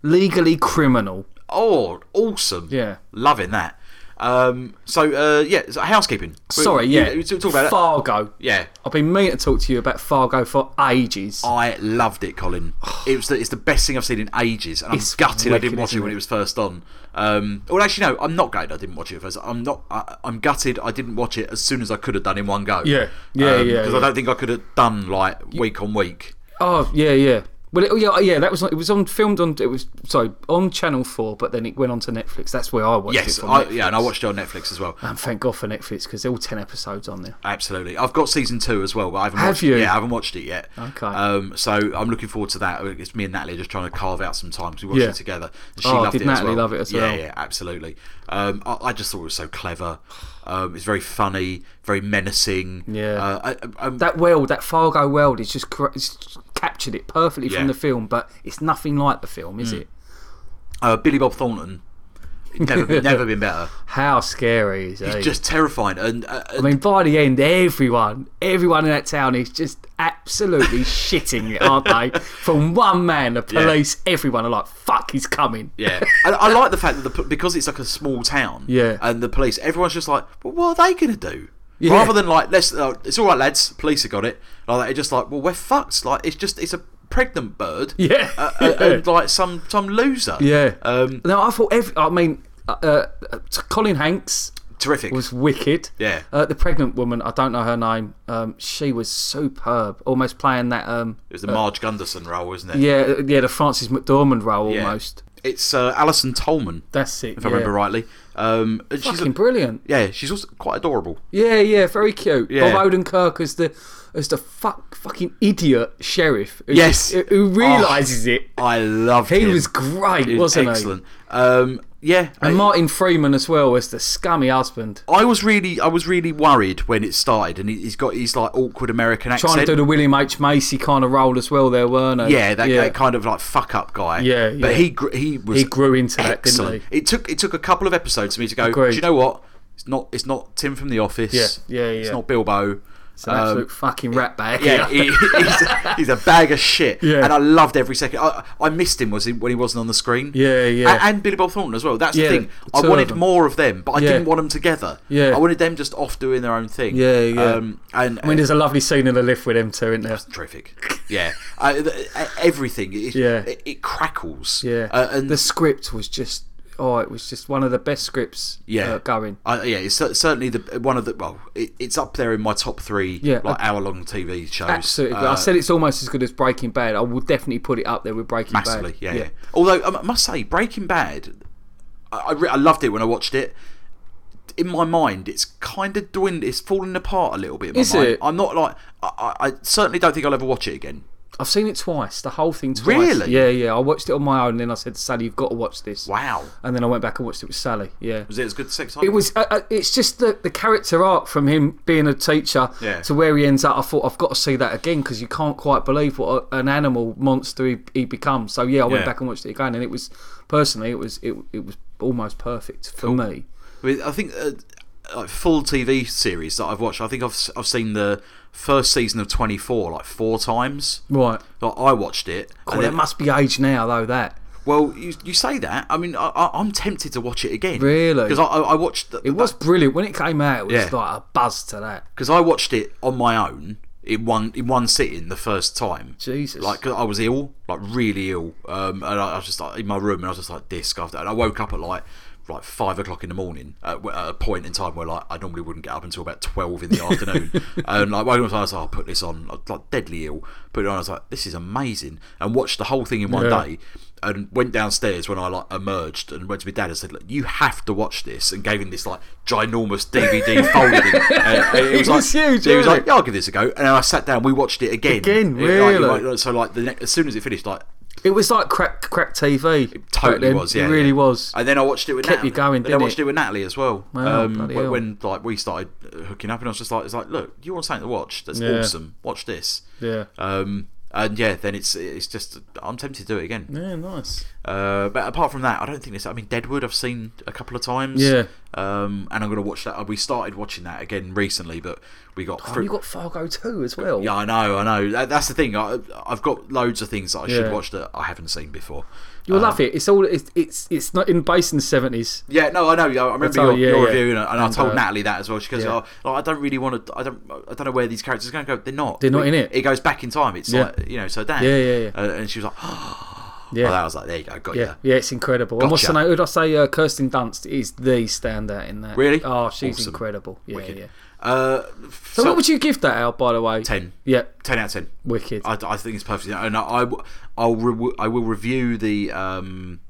B: Legally criminal.
A: Oh, awesome.
B: Yeah.
A: loving that. Um, so uh, yeah, so housekeeping. We-
B: Sorry,
A: you-
B: yeah.
A: you talk about it.
B: Fargo.
A: Yeah,
B: I've been meaning to talk to you about Fargo for ages.
A: I loved it, Colin. It was the, it's the best thing I've seen in ages, and I'm
B: It's
A: gutted I didn't
B: wicked,
A: watch it
B: isn't
A: when
B: it?
A: it was first on. Um, well, actually, no, I'm not gutted. I didn't watch it at first. I'm not. I, I'm gutted. I didn't watch it as soon as I could have done in one go.
B: Yeah. Yeah, yeah,
A: Because I
B: yeah.
A: don't think I could have done like week on week.
B: Oh yeah, yeah. Well, it, yeah, yeah. That was on- it was on filmed on it was sorry on Channel Four, but then it went on to Netflix. That's where I watched it.
A: Yes,
B: From
A: I,
B: Netflix.
A: yeah, and I watched it on Netflix as well.
B: And thank God for Netflix because all ten episodes on there.
A: Absolutely, I've got season two as well, but I haven't.
B: Have
A: watched
B: you?
A: It. Yeah, I haven't watched it yet.
B: Okay.
A: Um, so I'm looking forward to that. It's me and Natalie just trying to carve out some time because we watched
B: Yeah.
A: it together. And she
B: Oh,
A: loved
B: did
A: it as well.
B: Natalie love it as
A: yeah,
B: well?
A: Yeah, absolutely. Um, I, I just thought it was so clever. Um, it's very funny, very menacing.
B: Yeah.
A: Uh, I, I, I'm-
B: That world, that Fargo world, is just cor- it's captured it perfectly
A: Yeah. Mm.
B: from the film, but it's nothing like the film, is it?
A: uh, Billy Bob Thornton. Never, been- never been better.
B: How scary is he?
A: It's just terrifying. And uh,
B: I mean, by the end, everyone, everyone in that town is just absolutely shitting it, aren't they? From one man, the police, everyone are like, "Fuck, he's coming."
A: Yeah, and I like the fact that the, because it's like a small town.
B: Yeah.
A: and the police, everyone's just like, well, what are they gonna do? Rather than like, let's, uh, it's all right, lads. Police have got it. Like they're just like, well, we're fucked. Like it's just, it's a pregnant bird.
B: Yeah.
A: uh, uh, and like some some loser.
B: Yeah.
A: um,
B: No, I thought every. I mean, uh, uh, Colin Hanks
A: terrific.
B: was wicked.
A: Yeah.
B: Uh, the pregnant woman, I don't know her name. Um, she was superb, almost playing that. Um,
A: it was the Marge Gunderson role, isn't it?
B: yeah, yeah, the Francis McDormand role
A: Yeah.
B: almost.
A: It's uh, Alison Tolman,
B: That's it.
A: if I remember rightly. Um, and she's
B: Fucking brilliant.
A: yeah, she's also quite adorable.
B: Yeah, yeah, very cute.
A: Yeah.
B: Bob Odenkirk as the as the fuck fucking idiot sheriff. Who
A: Yes. Oh.
B: who- who realizes it.
A: I love.
B: He was great, wasn't
A: excellent. Um, yeah,
B: he?
A: I-
B: And Martin Freeman as well as the scummy husband,
A: I was really, I was really worried when it started, and he- he's got his like awkward American
B: trying
A: accent.
B: to do the William H Macy kind of role as well. There weren't they?
A: yeah, that, that kind of like fuck up guy.
B: Yeah,
A: but
B: yeah.
A: he gr- he was
B: He grew into that, didn't
A: excellent. It took it took a couple of episodes for me to go.
B: Agreed.
A: Do you know what? It's not it's not Tim from the Office.
B: Yeah, yeah,
A: It's
B: yeah.
A: not Bilbo. Um,
B: It's an absolute fucking rat bag.
A: Yeah, he, he's, a, he's a bag of shit,
B: Yeah.
A: and I loved every second. I, I missed him was he, when he wasn't on the screen.
B: Yeah, yeah.
A: and, and Billy Bob Thornton as well. That's
B: Yeah,
A: the thing.
B: the
A: I
B: two of
A: wanted
B: them.
A: more of them, but I
B: Yeah.
A: didn't want them together.
B: Yeah.
A: I wanted them just off doing their own thing.
B: Yeah, yeah.
A: Um, and
B: I mean, there's a lovely scene in the lift with him too, isn't there?
A: terrific. Yeah, I, th- everything. It,
B: Yeah.
A: it, it crackles.
B: Yeah.
A: uh, and
B: the script was just oh, it was just one of the best scripts
A: Yeah.
B: uh, going.
A: I, yeah, it's cer- certainly the one of the well, it, it's up there in my top three
B: Yeah,
A: like hour long TV shows.
B: Absolutely.
A: uh,
B: I said it's almost as good as Breaking Bad. I will definitely put it up there with Breaking
A: massively.
B: Bad.
A: Yeah, yeah. Although um, I must say, Breaking Bad, I, I, re- I loved it when I watched it. In my mind, it's kind of dwind. It's falling apart a little bit. In my
B: Is
A: mind.
B: it?
A: I'm not like I, I I certainly don't think I'll ever watch it again.
B: I've seen it twice, the whole thing twice.
A: Really?
B: Yeah, yeah. I watched it on my own, and then I said, Sally, you've got to watch this.
A: Wow,
B: And then I went back and watched it with Sally. Yeah.
A: was it as good as Sex?
B: It was. Uh, uh, it's just the, the character arc from him being a teacher
A: Yeah.
B: to where he ends up. I thought I've got to see that again because you can't quite believe what a, an animal monster he, he becomes. So yeah, I went
A: Yeah.
B: back and watched it again, and it was personally it was it, it was almost perfect for me.
A: I, mean, I think uh, like full TV series that I've watched. I think I've s- I've seen the first season of 24 like four times.
B: Right.
A: Like I watched it. and
B: Well,
A: then-
B: it must be age now though. That
A: Well, you, you say that. I mean, I, I, I'm tempted to watch it again.
B: Really?
A: Because I, I I watched
B: it was brilliant when it came out. It was
A: Yeah.
B: like a buzz to that.
A: because I watched it on my own in one in one sitting the first time.
B: Jesus.
A: Like 'cause I was ill, like really ill, um, and I, I was just like in my room, and I was just like disc after. And I woke up at like like five o'clock in the morning at, w- at a point in time where like I normally wouldn't get up until about twelve in the afternoon. And like woke up, and I was like, I'll put this on. I was like deadly ill, put it on. I was like, this is amazing, and watched the whole thing in one
B: Yeah.
A: day. And went downstairs when I like emerged and went to my dad and said, "Look, you have to watch this." And gave him this like ginormous DVD folded. and, and it was,
B: It was
A: like,
B: huge,
A: He was
B: wasn't
A: like,
B: it?
A: yeah, I'll give this a go. And then I sat down, we watched it again.
B: Again,
A: It- like,
B: really?
A: like, like, so like the next, as soon as it finished, like
B: It was like crack crack TV. back
A: totally
B: then.
A: was. Yeah,
B: it really
A: yeah.
B: was.
A: And then I watched it with
B: Kept
A: Natalie.
B: you going,
A: And
B: didn't
A: I watched
B: it?
A: it with Natalie as well.
B: Wow,
A: um,
B: bloody
A: when,
B: hell.
A: when, like we started uh, hooking up, and I was just like, it's like, look, you want something to watch? That's
B: Yeah.
A: awesome. Watch this.
B: Yeah.
A: Um, and yeah, then it's it's just I'm tempted to do it again.
B: Yeah, nice.
A: Uh, but apart from that, I don't think this. I mean, Deadwood I've seen a couple of times.
B: Yeah.
A: Um, and I'm gonna watch that. We started watching that again recently, but we got
B: Oh,
A: through.
B: you got Fargo too as well.
A: Yeah, I know, I know. That, that's the thing. I, I've got loads of things that I
B: Yeah.
A: should watch that I haven't seen before. Uh,
B: You'll love it. It's all it's it's, it's not in based in the seventies.
A: Yeah, no, I know. I remember
B: all,
A: your,
B: yeah,
A: your
B: yeah.
A: review, and, and I
B: And,
A: told
B: uh,
A: Natalie that as well. She goes,
B: yeah.
A: "Oh, like, I don't really want to. I don't. I don't know where these characters are going to go. They're not.
B: They're not
A: It-
B: in it.
A: It goes back in time. It's
B: Yeah.
A: like you know. So damn.
B: Yeah, yeah, yeah.
A: Uh, and she was like, "Oh,
B: Yeah.
A: I was like, there you go, got
B: yeah,
A: you."
B: yeah, it's incredible. And what's her
A: Gotcha.
B: name? Would I say uh, Kirsten Dunst is the standout in that?
A: Really?
B: Oh, she's
A: Awesome.
B: incredible. Yeah,
A: Wicked.
B: yeah.
A: Uh,
B: So, what would you give that out, by the way?
A: 10.
B: Yeah,
A: ten out of ten?
B: wicked.
A: I, I think it's perfect. And I, I w- I'll re- I will review the um,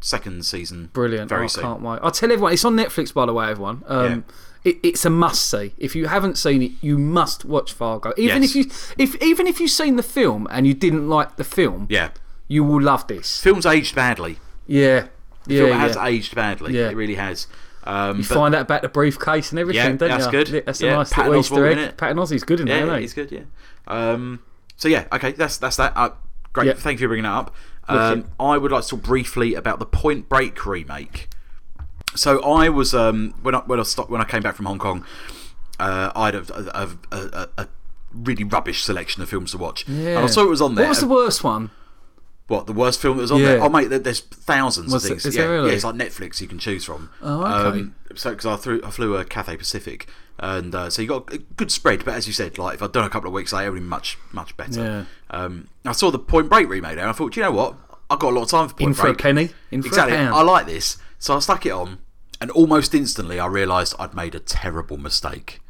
A: second season.
B: Brilliant.
A: Very
B: Oh, I
A: soon.
B: can't wait. I'll tell everyone. It's on Netflix, by the way, everyone. Um, it, it's a must see. If you haven't seen it, you must watch Fargo. Even
A: Yes.
B: if you, if even if you've seen the film and you didn't like the film,
A: Yeah.
B: you will love this.
A: Film's aged badly.
B: Yeah, yeah,
A: film has
B: yeah.
A: aged badly.
B: Yeah.
A: It really has. Um,
B: You find out about the briefcase and everything,
A: Yeah,
B: don't
A: that's
B: you?
A: good.
B: That's
A: Yeah,
B: a nice
A: Patton
B: little
A: Oswalt
B: Easter
A: in
B: egg.
A: it.
B: Patton Oswalt's good in
A: yeah,
B: there, isn't he?
A: it's good. Yeah. Um, so yeah, okay, that's that's that. Uh, great.
B: Yeah.
A: Thank you for bringing that up. Um, I would like to talk briefly about the Point Break remake. So I was um, when I when I stopped, when I came back from Hong Kong, uh, I had a, a, a, a, a really rubbish selection of films to watch, and I saw it was on there.
B: What was the worst one?
A: What the worst film that was on
B: Yeah.
A: there? Oh mate, there- there's thousands
B: Was
A: of
B: it-
A: things.
B: is
A: yeah,
B: there really?
A: yeah, it's like Netflix you can choose from.
B: Oh, okay.
A: Um, so because I threw, I flew a Cathay Pacific, and uh, so you got a good spread. But as you said, like if I'd done a couple of weeks later, it would be much much better. Um, I saw the Point Break remade there, and I thought, "Do you know what, I've got a lot of time for Point
B: In for a
A: Break.
B: penny, in for a
A: exactly.
B: pound.
A: I like this, so I stuck it on, and almost instantly I realised I'd made a terrible mistake.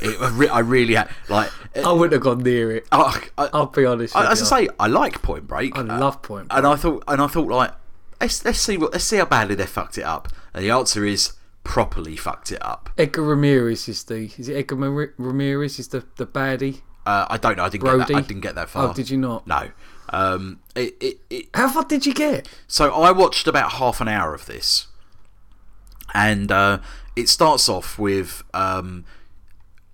A: it, I re- I really had like.
B: I wouldn't have gone near it.
A: I, I,
B: I'll be honest.
A: I-
B: with
A: as
B: you.
A: I say, I like Point Break.
B: Oh,
A: uh,
B: I love Point.
A: And I thought, and I thought, like, let's, let's see what, let's see how badly they fucked it up. And the answer is properly fucked it up.
B: Edgar Ramirez is the is it Edgar Mar- Ramirez is the the baddie?
A: Uh, I don't know. I didn't get
B: Brody?
A: that. I didn't get that far.
B: Oh, did you not?
A: No. Um, it, it, it,
B: How far did you get?
A: so I watched about half an hour of this, and uh, it starts off with um,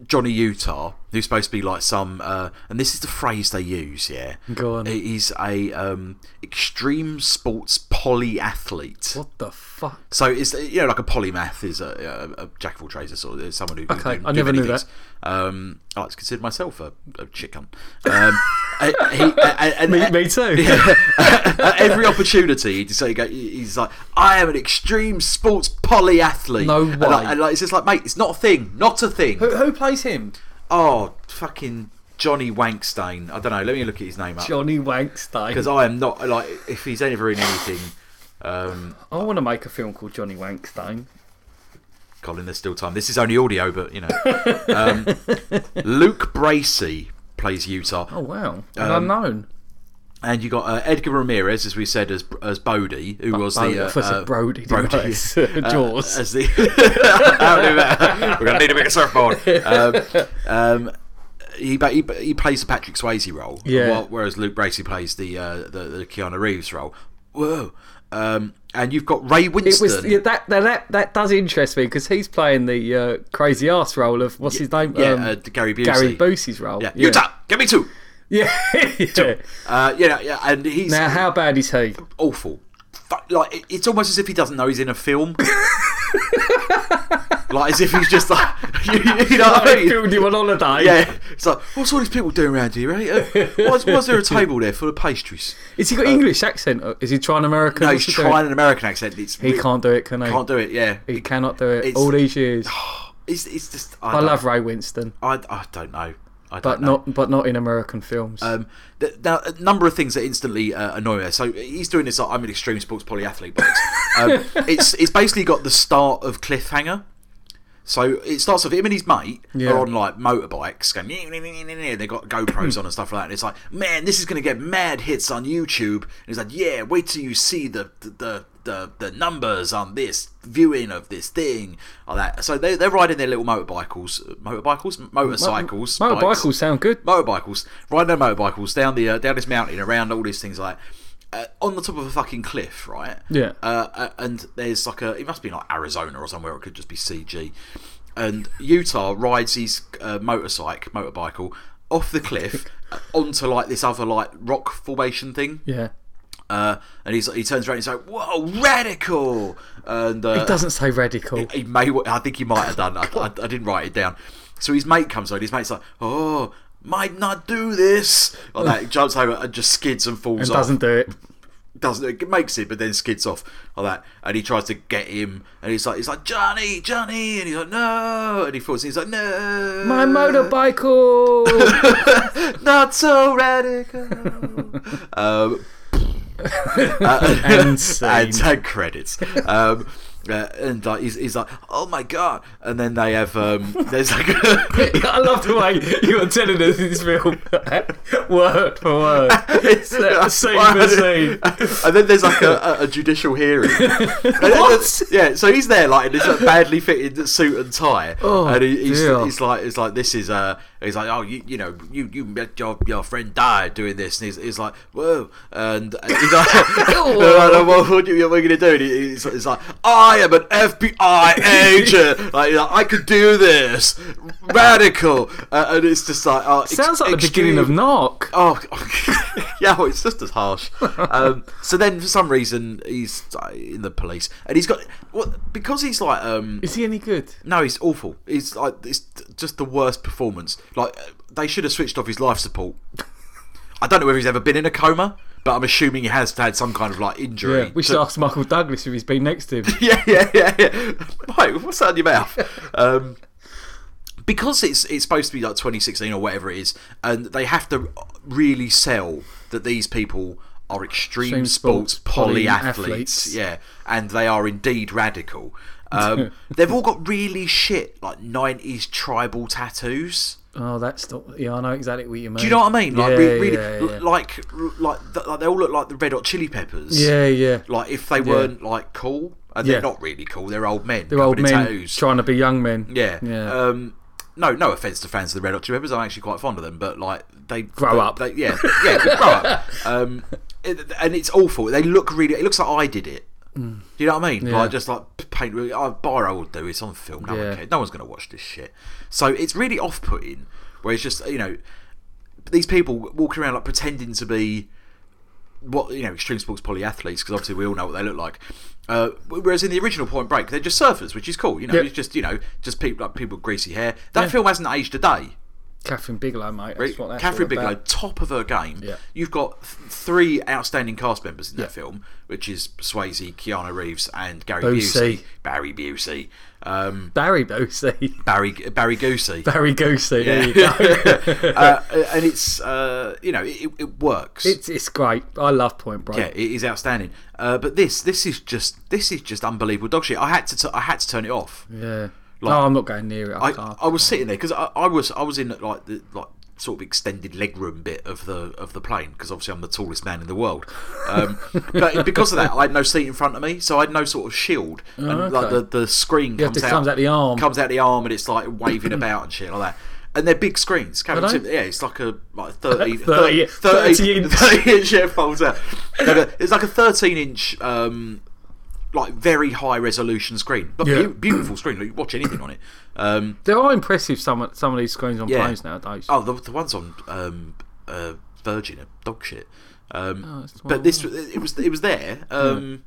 A: Johnny Utah, who's supposed to be like some, uh, and this is the phrase they use. Yeah,
B: Go on.
A: He's a um, extreme sports polyathlete.
B: What the fuck?
A: So it's you know like a polymath is a, a, a jack of all trades, a sort of- is someone who can
B: Okay,
A: do-
B: I
A: do
B: never
A: many
B: knew
A: things. Um, I like to consider myself a, a chick cunt. Um, and he, eh, and, and,
B: Me too.
A: at every opportunity, he just, he go- he's like, "I am an extreme sports polyathlete."
B: No
A: And
B: way.
A: like- and like, it's just like, mate, it's not a thing, not a thing.
B: Who, who plays him?
A: Oh, fucking Johnny Wankstein. I don't know. Let me look at his name up
B: Johnny Wankstein.
A: because I am not like if he's ever in anything. Um,
B: I want to make a film called Johnny Wankstone.
A: Colin, there's still time. This is only audio, but you know. Um, Luke Bracey plays Utah.
B: Oh
A: Um,
B: wow, an unknown.
A: And you got uh, Edgar Ramirez, as we said, as as Bodie, who was
B: Bo-
A: the uh,
B: I thought I said
A: uh,
B: Brody, didn't I? It's, uh,
A: uh,
B: Jaws.
A: as the Don't do that. we're gonna need a bigger surfboard. Um, um, he, ba- he ba- he plays the Patrick Swayze role,
B: Yeah.
A: while- whereas Luke Bracey plays the, uh, the the Keanu Reeves role. Whoa! Um, and you've got Ray
B: It
A: Winston.
B: was yeah, that, that that that does interest me because he's playing the uh, crazy ass role of what's his name?
A: yeah,
B: Um,
A: uh, Gary Busey.
B: Gary Busey's role.
A: yeah. Utah, give me two.
B: Yeah. yeah.
A: Uh, yeah, yeah, and he's
B: Now, how bad is he?
A: awful. Fu- Like it- it's almost as if he doesn't know he's in a film. like as if he's just like you, you know what I mean?
B: Filmed him on holiday.
A: Yeah, it's like what's all these people doing around here? Right? Uh, why's, why's there a table there full of pastries?
B: Is he got English accent? Or is he trying American?
A: Uh, No,
B: What's
A: he's
B: he doing?
A: trying an American accent. It's
B: He can't do it, can he?
A: can't do it. Yeah,
B: He cannot do it.
A: It's-
B: All these years.
A: it's, it's just I,
B: I
A: don't-
B: love Ray Winston,
A: I, I don't know. I don't
B: but
A: know.
B: not but not in American films.
A: Um, th- now, a number of things that instantly uh, annoy me. So he's doing this. Like, I'm an extreme sports polyathlete, but um, it's it's basically got the start of cliffhanger. So it starts off him and his mate
B: Yeah.
A: are on like motorbikes going. "Nee, nee, nee, nee, nee," They got GoPros on and stuff like that. And it's like, man, this is going to get mad hits on YouTube. And he's like, yeah, wait till you see the the. the the, the numbers on this viewing of this thing like that so they, they're riding their little motorbikes motorbikes motorcycles bikes
B: Motorcycles sound good.
A: motorbikes, riding their motorbikes down the uh, down this mountain, around all these things like uh, on the top of a fucking cliff, right?
B: Yeah.
A: Uh, uh, and there's like a it must be like Arizona or somewhere. It could just be CG. And Utah rides his uh, motorcycle motorbicycle off the cliff uh, onto like this other like rock formation thing.
B: Yeah.
A: Uh, and he's he turns around and he's like, "Whoa, radical!" And uh,
B: He doesn't say radical.
A: he may. w- I think he might have done. I, I, I didn't write it down. So his mate comes over. His mate's like, "Oh, might not do this." Like that, he jumps over and just skids and falls
B: And
A: off.
B: doesn't do it.
A: Doesn't it makes it, but then skids off like that. And he tries to get him, and he's like, "He's like Johnny, Johnny," and he's like, "No," and he falls. And he's like, "No,
B: My oh. motorbicycle.
A: not so radical." um, uh,
B: and scene.
A: and tag credits. Um, uh, and like he's, he's like, oh my god! And then they have um, there's like
B: I love the way you are telling us this film word for word. It's uh, scene for scene.
A: and then there's like a, a- a judicial hearing. And then
B: What?
A: there's- Yeah, so he's there like in this like, badly fitted suit and tie,
B: Oh,
A: and he, he's,
B: dear.
A: he's like, it's like this is uh, he's like, oh, you, you know, you you met your your friend died doing this, and he's, he's like, whoa, and he's like, they're like, "Oh, what, what are you going to do? And he- he's, he's like, I am an FBI agent, like, he's like, I could do this, radical, uh, and it's just like, oh, ex-
B: Sounds like the beginning
A: extreme-
B: of Narc.
A: Oh, yeah, well, it's just as harsh. Um, so then, for some reason, he's uh, in the police, and he's got well because he's like um,
B: Is he any good?
A: no, he's awful. He's like it's just the worst performance. Like uh, they should have switched off his life support. I don't know whether he's ever been in a coma, but I'm assuming he has had some kind of like injury.
B: We
A: to-
B: should ask Michael Douglas if he's been next to him.
A: yeah, yeah, yeah, yeah. Mate, what's that in your mouth? Um, because it's it's supposed to be like 2016 or whatever it is, and they have to really sell that these people are extreme,
B: Extreme
A: sports,
B: sports
A: polyathletes,
B: polyathletes.
A: yeah, and they are indeed radical. Um, they've all got really shit like 90s tribal tattoos.
B: Oh, that's not. Yeah, I know exactly what you mean.
A: Do you know what I mean? Like,
B: yeah,
A: re- really,
B: yeah,
A: l-
B: yeah.
A: like, like, th- like they all look like the Red Hot Chili Peppers.
B: yeah, yeah.
A: Like if they weren't like cool, and they're
B: Yeah.
A: not really cool, they're old men.
B: They're old
A: covered in
B: men
A: tattoos.
B: trying to be young men.
A: yeah.
B: yeah.
A: Um, no, no offense to fans of the Red Hot Chili Peppers, I'm actually quite fond of them, but like they
B: Grow
A: they-
B: up.
A: They, yeah, yeah, grow up. Um, it- and it's awful. They look really. It looks like I did it. Do you know what I mean?
B: Yeah.
A: Like just like p- paint. Really, oh, Biro will do. It's on film. No
B: Yeah.
A: one cares. No one's going to watch this shit. So it's really off-putting. Where it's just you know these people walking around like pretending to be what you know extreme sports polyathletes because obviously we all know what they look like. Uh, whereas in the original Point Break, they're just surfers, which is cool. You know,
B: Yep.
A: it's just you know just people like people with greasy hair. That film hasn't aged a day.
B: Catherine Bigelow, mate. That's what that's
A: Catherine
B: all
A: Bigelow,
B: about.
A: top of her game.
B: Yeah.
A: You've got th- three outstanding cast members in
B: Yeah.
A: that film, which is Swayze, Keanu Reeves, and Gary
B: Busey.
A: Busey. Barry Busey. Um,
B: Barry Boosey.
A: Barry Barry Goosey.
B: Barry Goosey. There you go.
A: uh, and it's uh, you know it, it works.
B: it's it's great. I love Point Break.
A: yeah, it is outstanding. Uh, but this this is just this is just unbelievable dog shit. I had to t- I had to turn it off.
B: Yeah. no, I'm not going near it. I,
A: I,
B: can't.
A: I was sitting there because I, I was I was in like the like sort of extended legroom bit of the of the plane because obviously I'm the tallest man in the world. Um, but because of that, I had no seat in front of me, so I had no sort of shield, and like
B: Oh, okay.
A: the, the screen
B: have
A: comes,
B: to-
A: out,
B: comes out the arm.
A: comes out the arm, and it's like waving about and shit like that. And they're big screens. Can't
B: they?
A: remember- yeah, it's like a like 30, 30,
B: 30 30 inch.
A: 30 inch yeah, folds out. Like a- it's like a 13 inch um, like very high resolution screen, but
B: Yeah.
A: beau- beautiful screen. Like you watch anything on it. Um,
B: There are impressive some some of these screens on
A: Yeah.
B: planes nowadays.
A: oh, the, the ones on um, uh, Virgin are dog shit. Um,
B: that's the Oh, one
A: but this it was it was there. Um,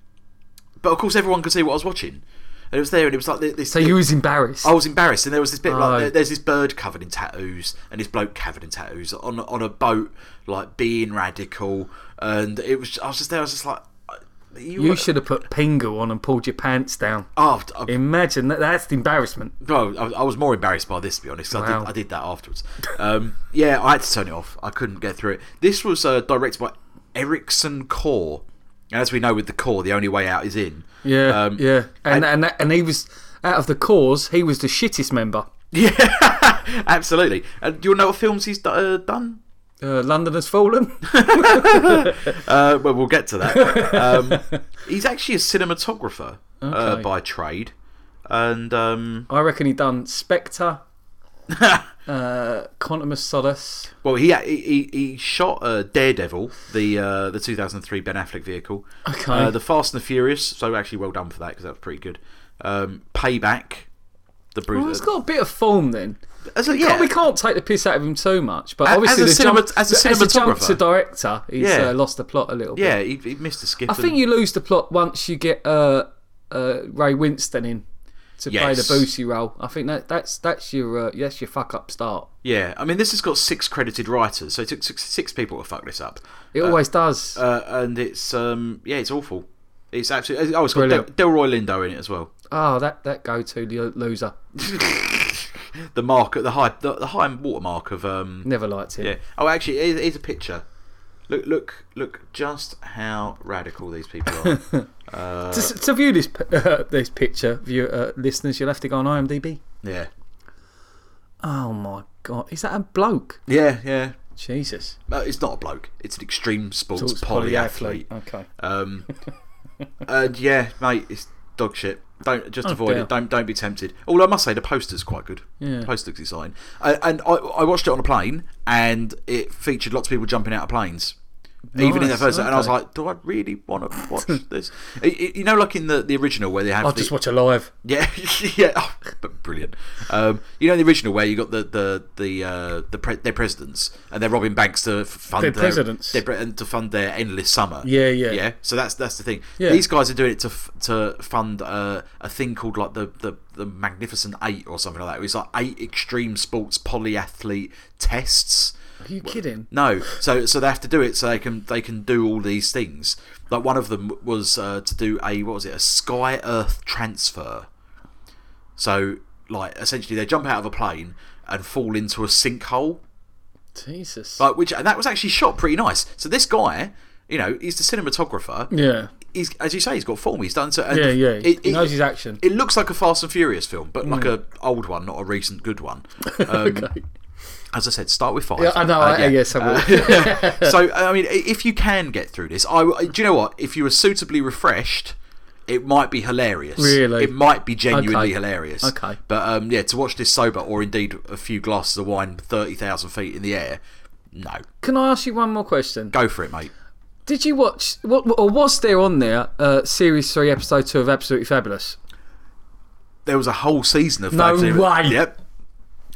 A: But of course, everyone could see what I was watching, and it was there, and it was like thi- this.
B: so you was embarrassed.
A: I was embarrassed, and there was this bit
B: Oh.
A: like there- there's this bird covered in tattoos, and this bloke covered in tattoos on on a boat, like being radical, and it was. I was just there. I was just like, "Uh, you,
B: you should have put Pingu on and pulled your pants down.
A: Oh, I-
B: Imagine that. That's the embarrassment.
A: Well, I, I was more embarrassed by this, to be honest. I,
B: Wow.
A: did, I did that afterwards. Um, yeah, I had to turn it off. I couldn't get through it. This was uh, directed by Erickson Core. And as we know, with the core, the only way out is in.
B: Yeah,
A: Um,
B: yeah. And and, that, and he was out of the cause. He was the shittest member.
A: Yeah, absolutely. And do you know what films he's d- uh, done?
B: Uh, London has fallen.
A: Uh, well, we'll get to that. um, he's actually a cinematographer uh,
B: Okay.
A: by trade. And um,
B: I reckon he done Spectre, uh, Quantum of Solace.
A: well, he he, he- he shot uh, Daredevil, the uh, the 2003 Ben Affleck vehicle.
B: Okay.
A: Uh, the Fast and the Furious. So actually, well done for that because that was pretty good. Um, Payback. The Bruce. uh,
B: well, it's got a bit of form then.
A: as a,
B: We can't-
A: yeah,
B: we can't take the piss out of him too much, but
A: A-
B: obviously
A: as a
B: the jump,
A: cinemat- as a
B: jump
A: cinematographer.
B: to director, he's
A: Yeah.
B: uh, lost the plot a little bit.
A: yeah. He, he missed a skip.
B: I think you lose the plot once you get uh, uh, Ray Winston in to play the
A: Yes.
B: Boosie role. I think that that's that's your uh, that's your fuck up start.
A: yeah, I mean, this has got six credited writers, so it took six, six people to fuck this up,
B: It always does.
A: uh, and it's um, yeah, it's awful. It's absolutely. Oh, it's got Del-
B: Brilliant.
A: Delroy Lindo in it as well.
B: oh, that that go to the loser.
A: The mark, the high, the, the high watermark of um,
B: Never liked him.
A: yeah. Oh, actually, here's, here's a picture. Look, look, look! Just how radical these people are.
B: To, s- to view this p- uh, this picture, view uh, listeners, you'll have to go on IMDb.
A: yeah,
B: Oh my god, is that a bloke?
A: yeah, yeah.
B: Jesus,
A: Uh, it's not a bloke. It's an extreme sports,
B: It's
A: polyathlete.
B: Okay.
A: Um, and yeah, mate, it's dog shit. Don't just avoid
B: Oh, dear.
A: it. Don't don't be tempted. Although I must say the poster's quite good.
B: Yeah.
A: The poster looks exciting. Uh, and I, I watched it on a plane, and it featured lots of people jumping out of planes. Even in the
B: Nice,
A: first, and I was
B: okay.
A: like, "Do I really want to watch this?" Y- y- You know, like in the, the original where they have
B: I'll
A: the,
B: just watch it live.
A: yeah, yeah, oh, but brilliant. Um, you know the original where you got the the the uh, the pre- their presidents and they're robbing banks to f- fund
B: Their presidents.
A: their pre- and to fund their endless summer.
B: Yeah, yeah.
A: yeah. So that's that's the thing.
B: Yeah.
A: These guys are doing it to f- to fund uh, a thing called like the, the the Magnificent Eight or something like that. It was like eight extreme sports polyathlete tests.
B: Are you kidding?
A: No, so so they have to do it so they can they can do all these things. Like one of them was uh, to do a what was it a sky earth transfer. So like essentially they jump out of a plane and fall into a sinkhole.
B: Jesus.
A: Like which and that was actually shot pretty nice. So this guy, you know, he's the cinematographer.
B: yeah.
A: He's as you say, he's got form. He's done so. And
B: Yeah, yeah.
A: It,
B: he
A: it-
B: knows his action.
A: it looks like a Fast and Furious film, but like a old one, not a recent good one. Um,
B: okay.
A: As I said, start with five.
B: Yeah, I know.
A: Uh,
B: I, Yes, I will.
A: so I mean, i- if you can get through this, I w- do you know what? If you were suitably refreshed, it might be hilarious.
B: Really?
A: it might be genuinely
B: Okay.
A: hilarious.
B: Okay.
A: but um, yeah, to watch this sober or indeed a few glasses of wine, thirty thousand feet in the air, no,
B: Can I ask you one more question?
A: go for it, mate.
B: Did you watch what or was there on there uh, series three episode two of Absolutely Fabulous?
A: There was a whole season of
B: No
A: that.
B: way.
A: Yep.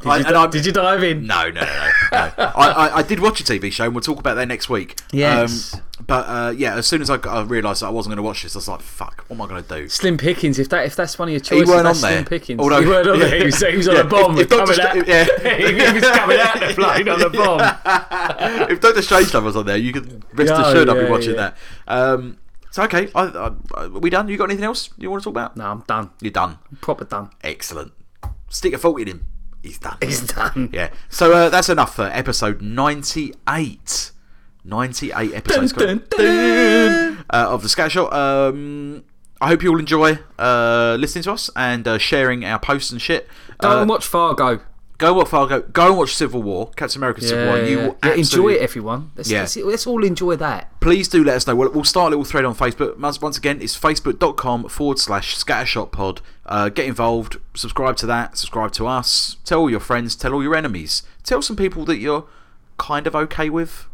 B: Did,
A: I-
B: you,
A: and
B: di-
A: I'm-
B: did you dive in?
A: No, no, no, no. no. I, I, I did watch a TV show, and we'll talk about that next week.
B: Yes.
A: Um, but uh, yeah, as soon as I, got- I realised that I wasn't going to watch this, I was like, "Fuck, what am I going to do?"
B: Slim Pickens, if that if that's one of your
A: He
B: choices,
A: weren't on
B: that's
A: there.
B: Slim Pickens.
A: Although-
B: he weren't on
A: yeah.
B: there. He was, he was on
A: Yeah,
B: a bomb.
A: if- if
B: coming
A: Dr.
B: out.
A: St- yeah.
B: he was coming out the plane on a bomb.
A: if Doctor Strangelove was on there, you could rest
B: Oh,
A: assured I'll be
B: yeah,
A: watching
B: yeah.
A: that. Um, so okay, I, I, I- we done? You got anything else you want to talk about?
B: No, I'm done.
A: You're done.
B: Proper done.
A: Excellent. Stick a fault in him. He's done.
B: He's done.
A: yeah. So uh, that's enough for episode 98. 98 episodes
B: Dun,
A: correct,
B: dun, dun.
A: Uh, of the Scat Shot. Um, I hope you all enjoy uh, listening to us and uh, sharing our posts and shit.
B: Go
A: Uh,
B: and watch Fargo.
A: go watch Fargo. Go and watch Civil War, Captain America: Civil War. You will
B: Yeah, enjoy
A: absolutely-
B: it, everyone. Let's,
A: Yeah.
B: let's, let's all enjoy that.
A: please do let us know. We'll, we'll start a little thread on Facebook. Once once again, it's facebook.com forward slash scattershotpod. Uh, get involved, subscribe to that, subscribe to us, tell all your friends, tell all your enemies, tell some people that you're kind of okay with.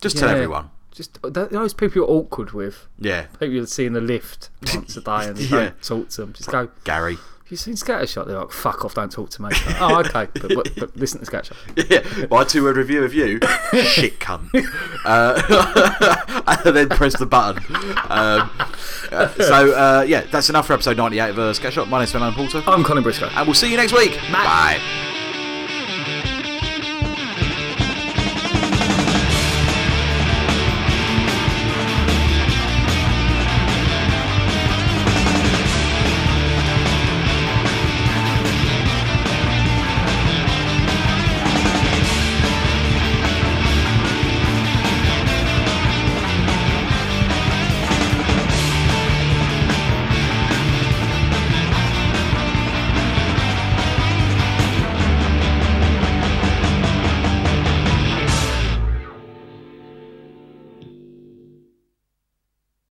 A: Just tell
B: Yeah.
A: everyone.
B: Just uh, th- those people you're awkward with.
A: Yeah.
B: People you'll see in the lift once a day and you
A: Yeah.
B: don't talk to them. Just go.
A: Gary.
B: Have you seen Scattershot? They're like, fuck off, don't talk to me. oh, okay. But, but, but listen to Scattershot.
A: Yeah, my two word review of you, shit cunt. Uh, and then press the button. Um, uh, so,
B: Oh.
A: uh, yeah, that's enough for episode 98 of uh, Sketch Shop. My name's Ben Alan Porter.
B: I'm Colin Briscoe.
A: And we'll see you next week. Bye.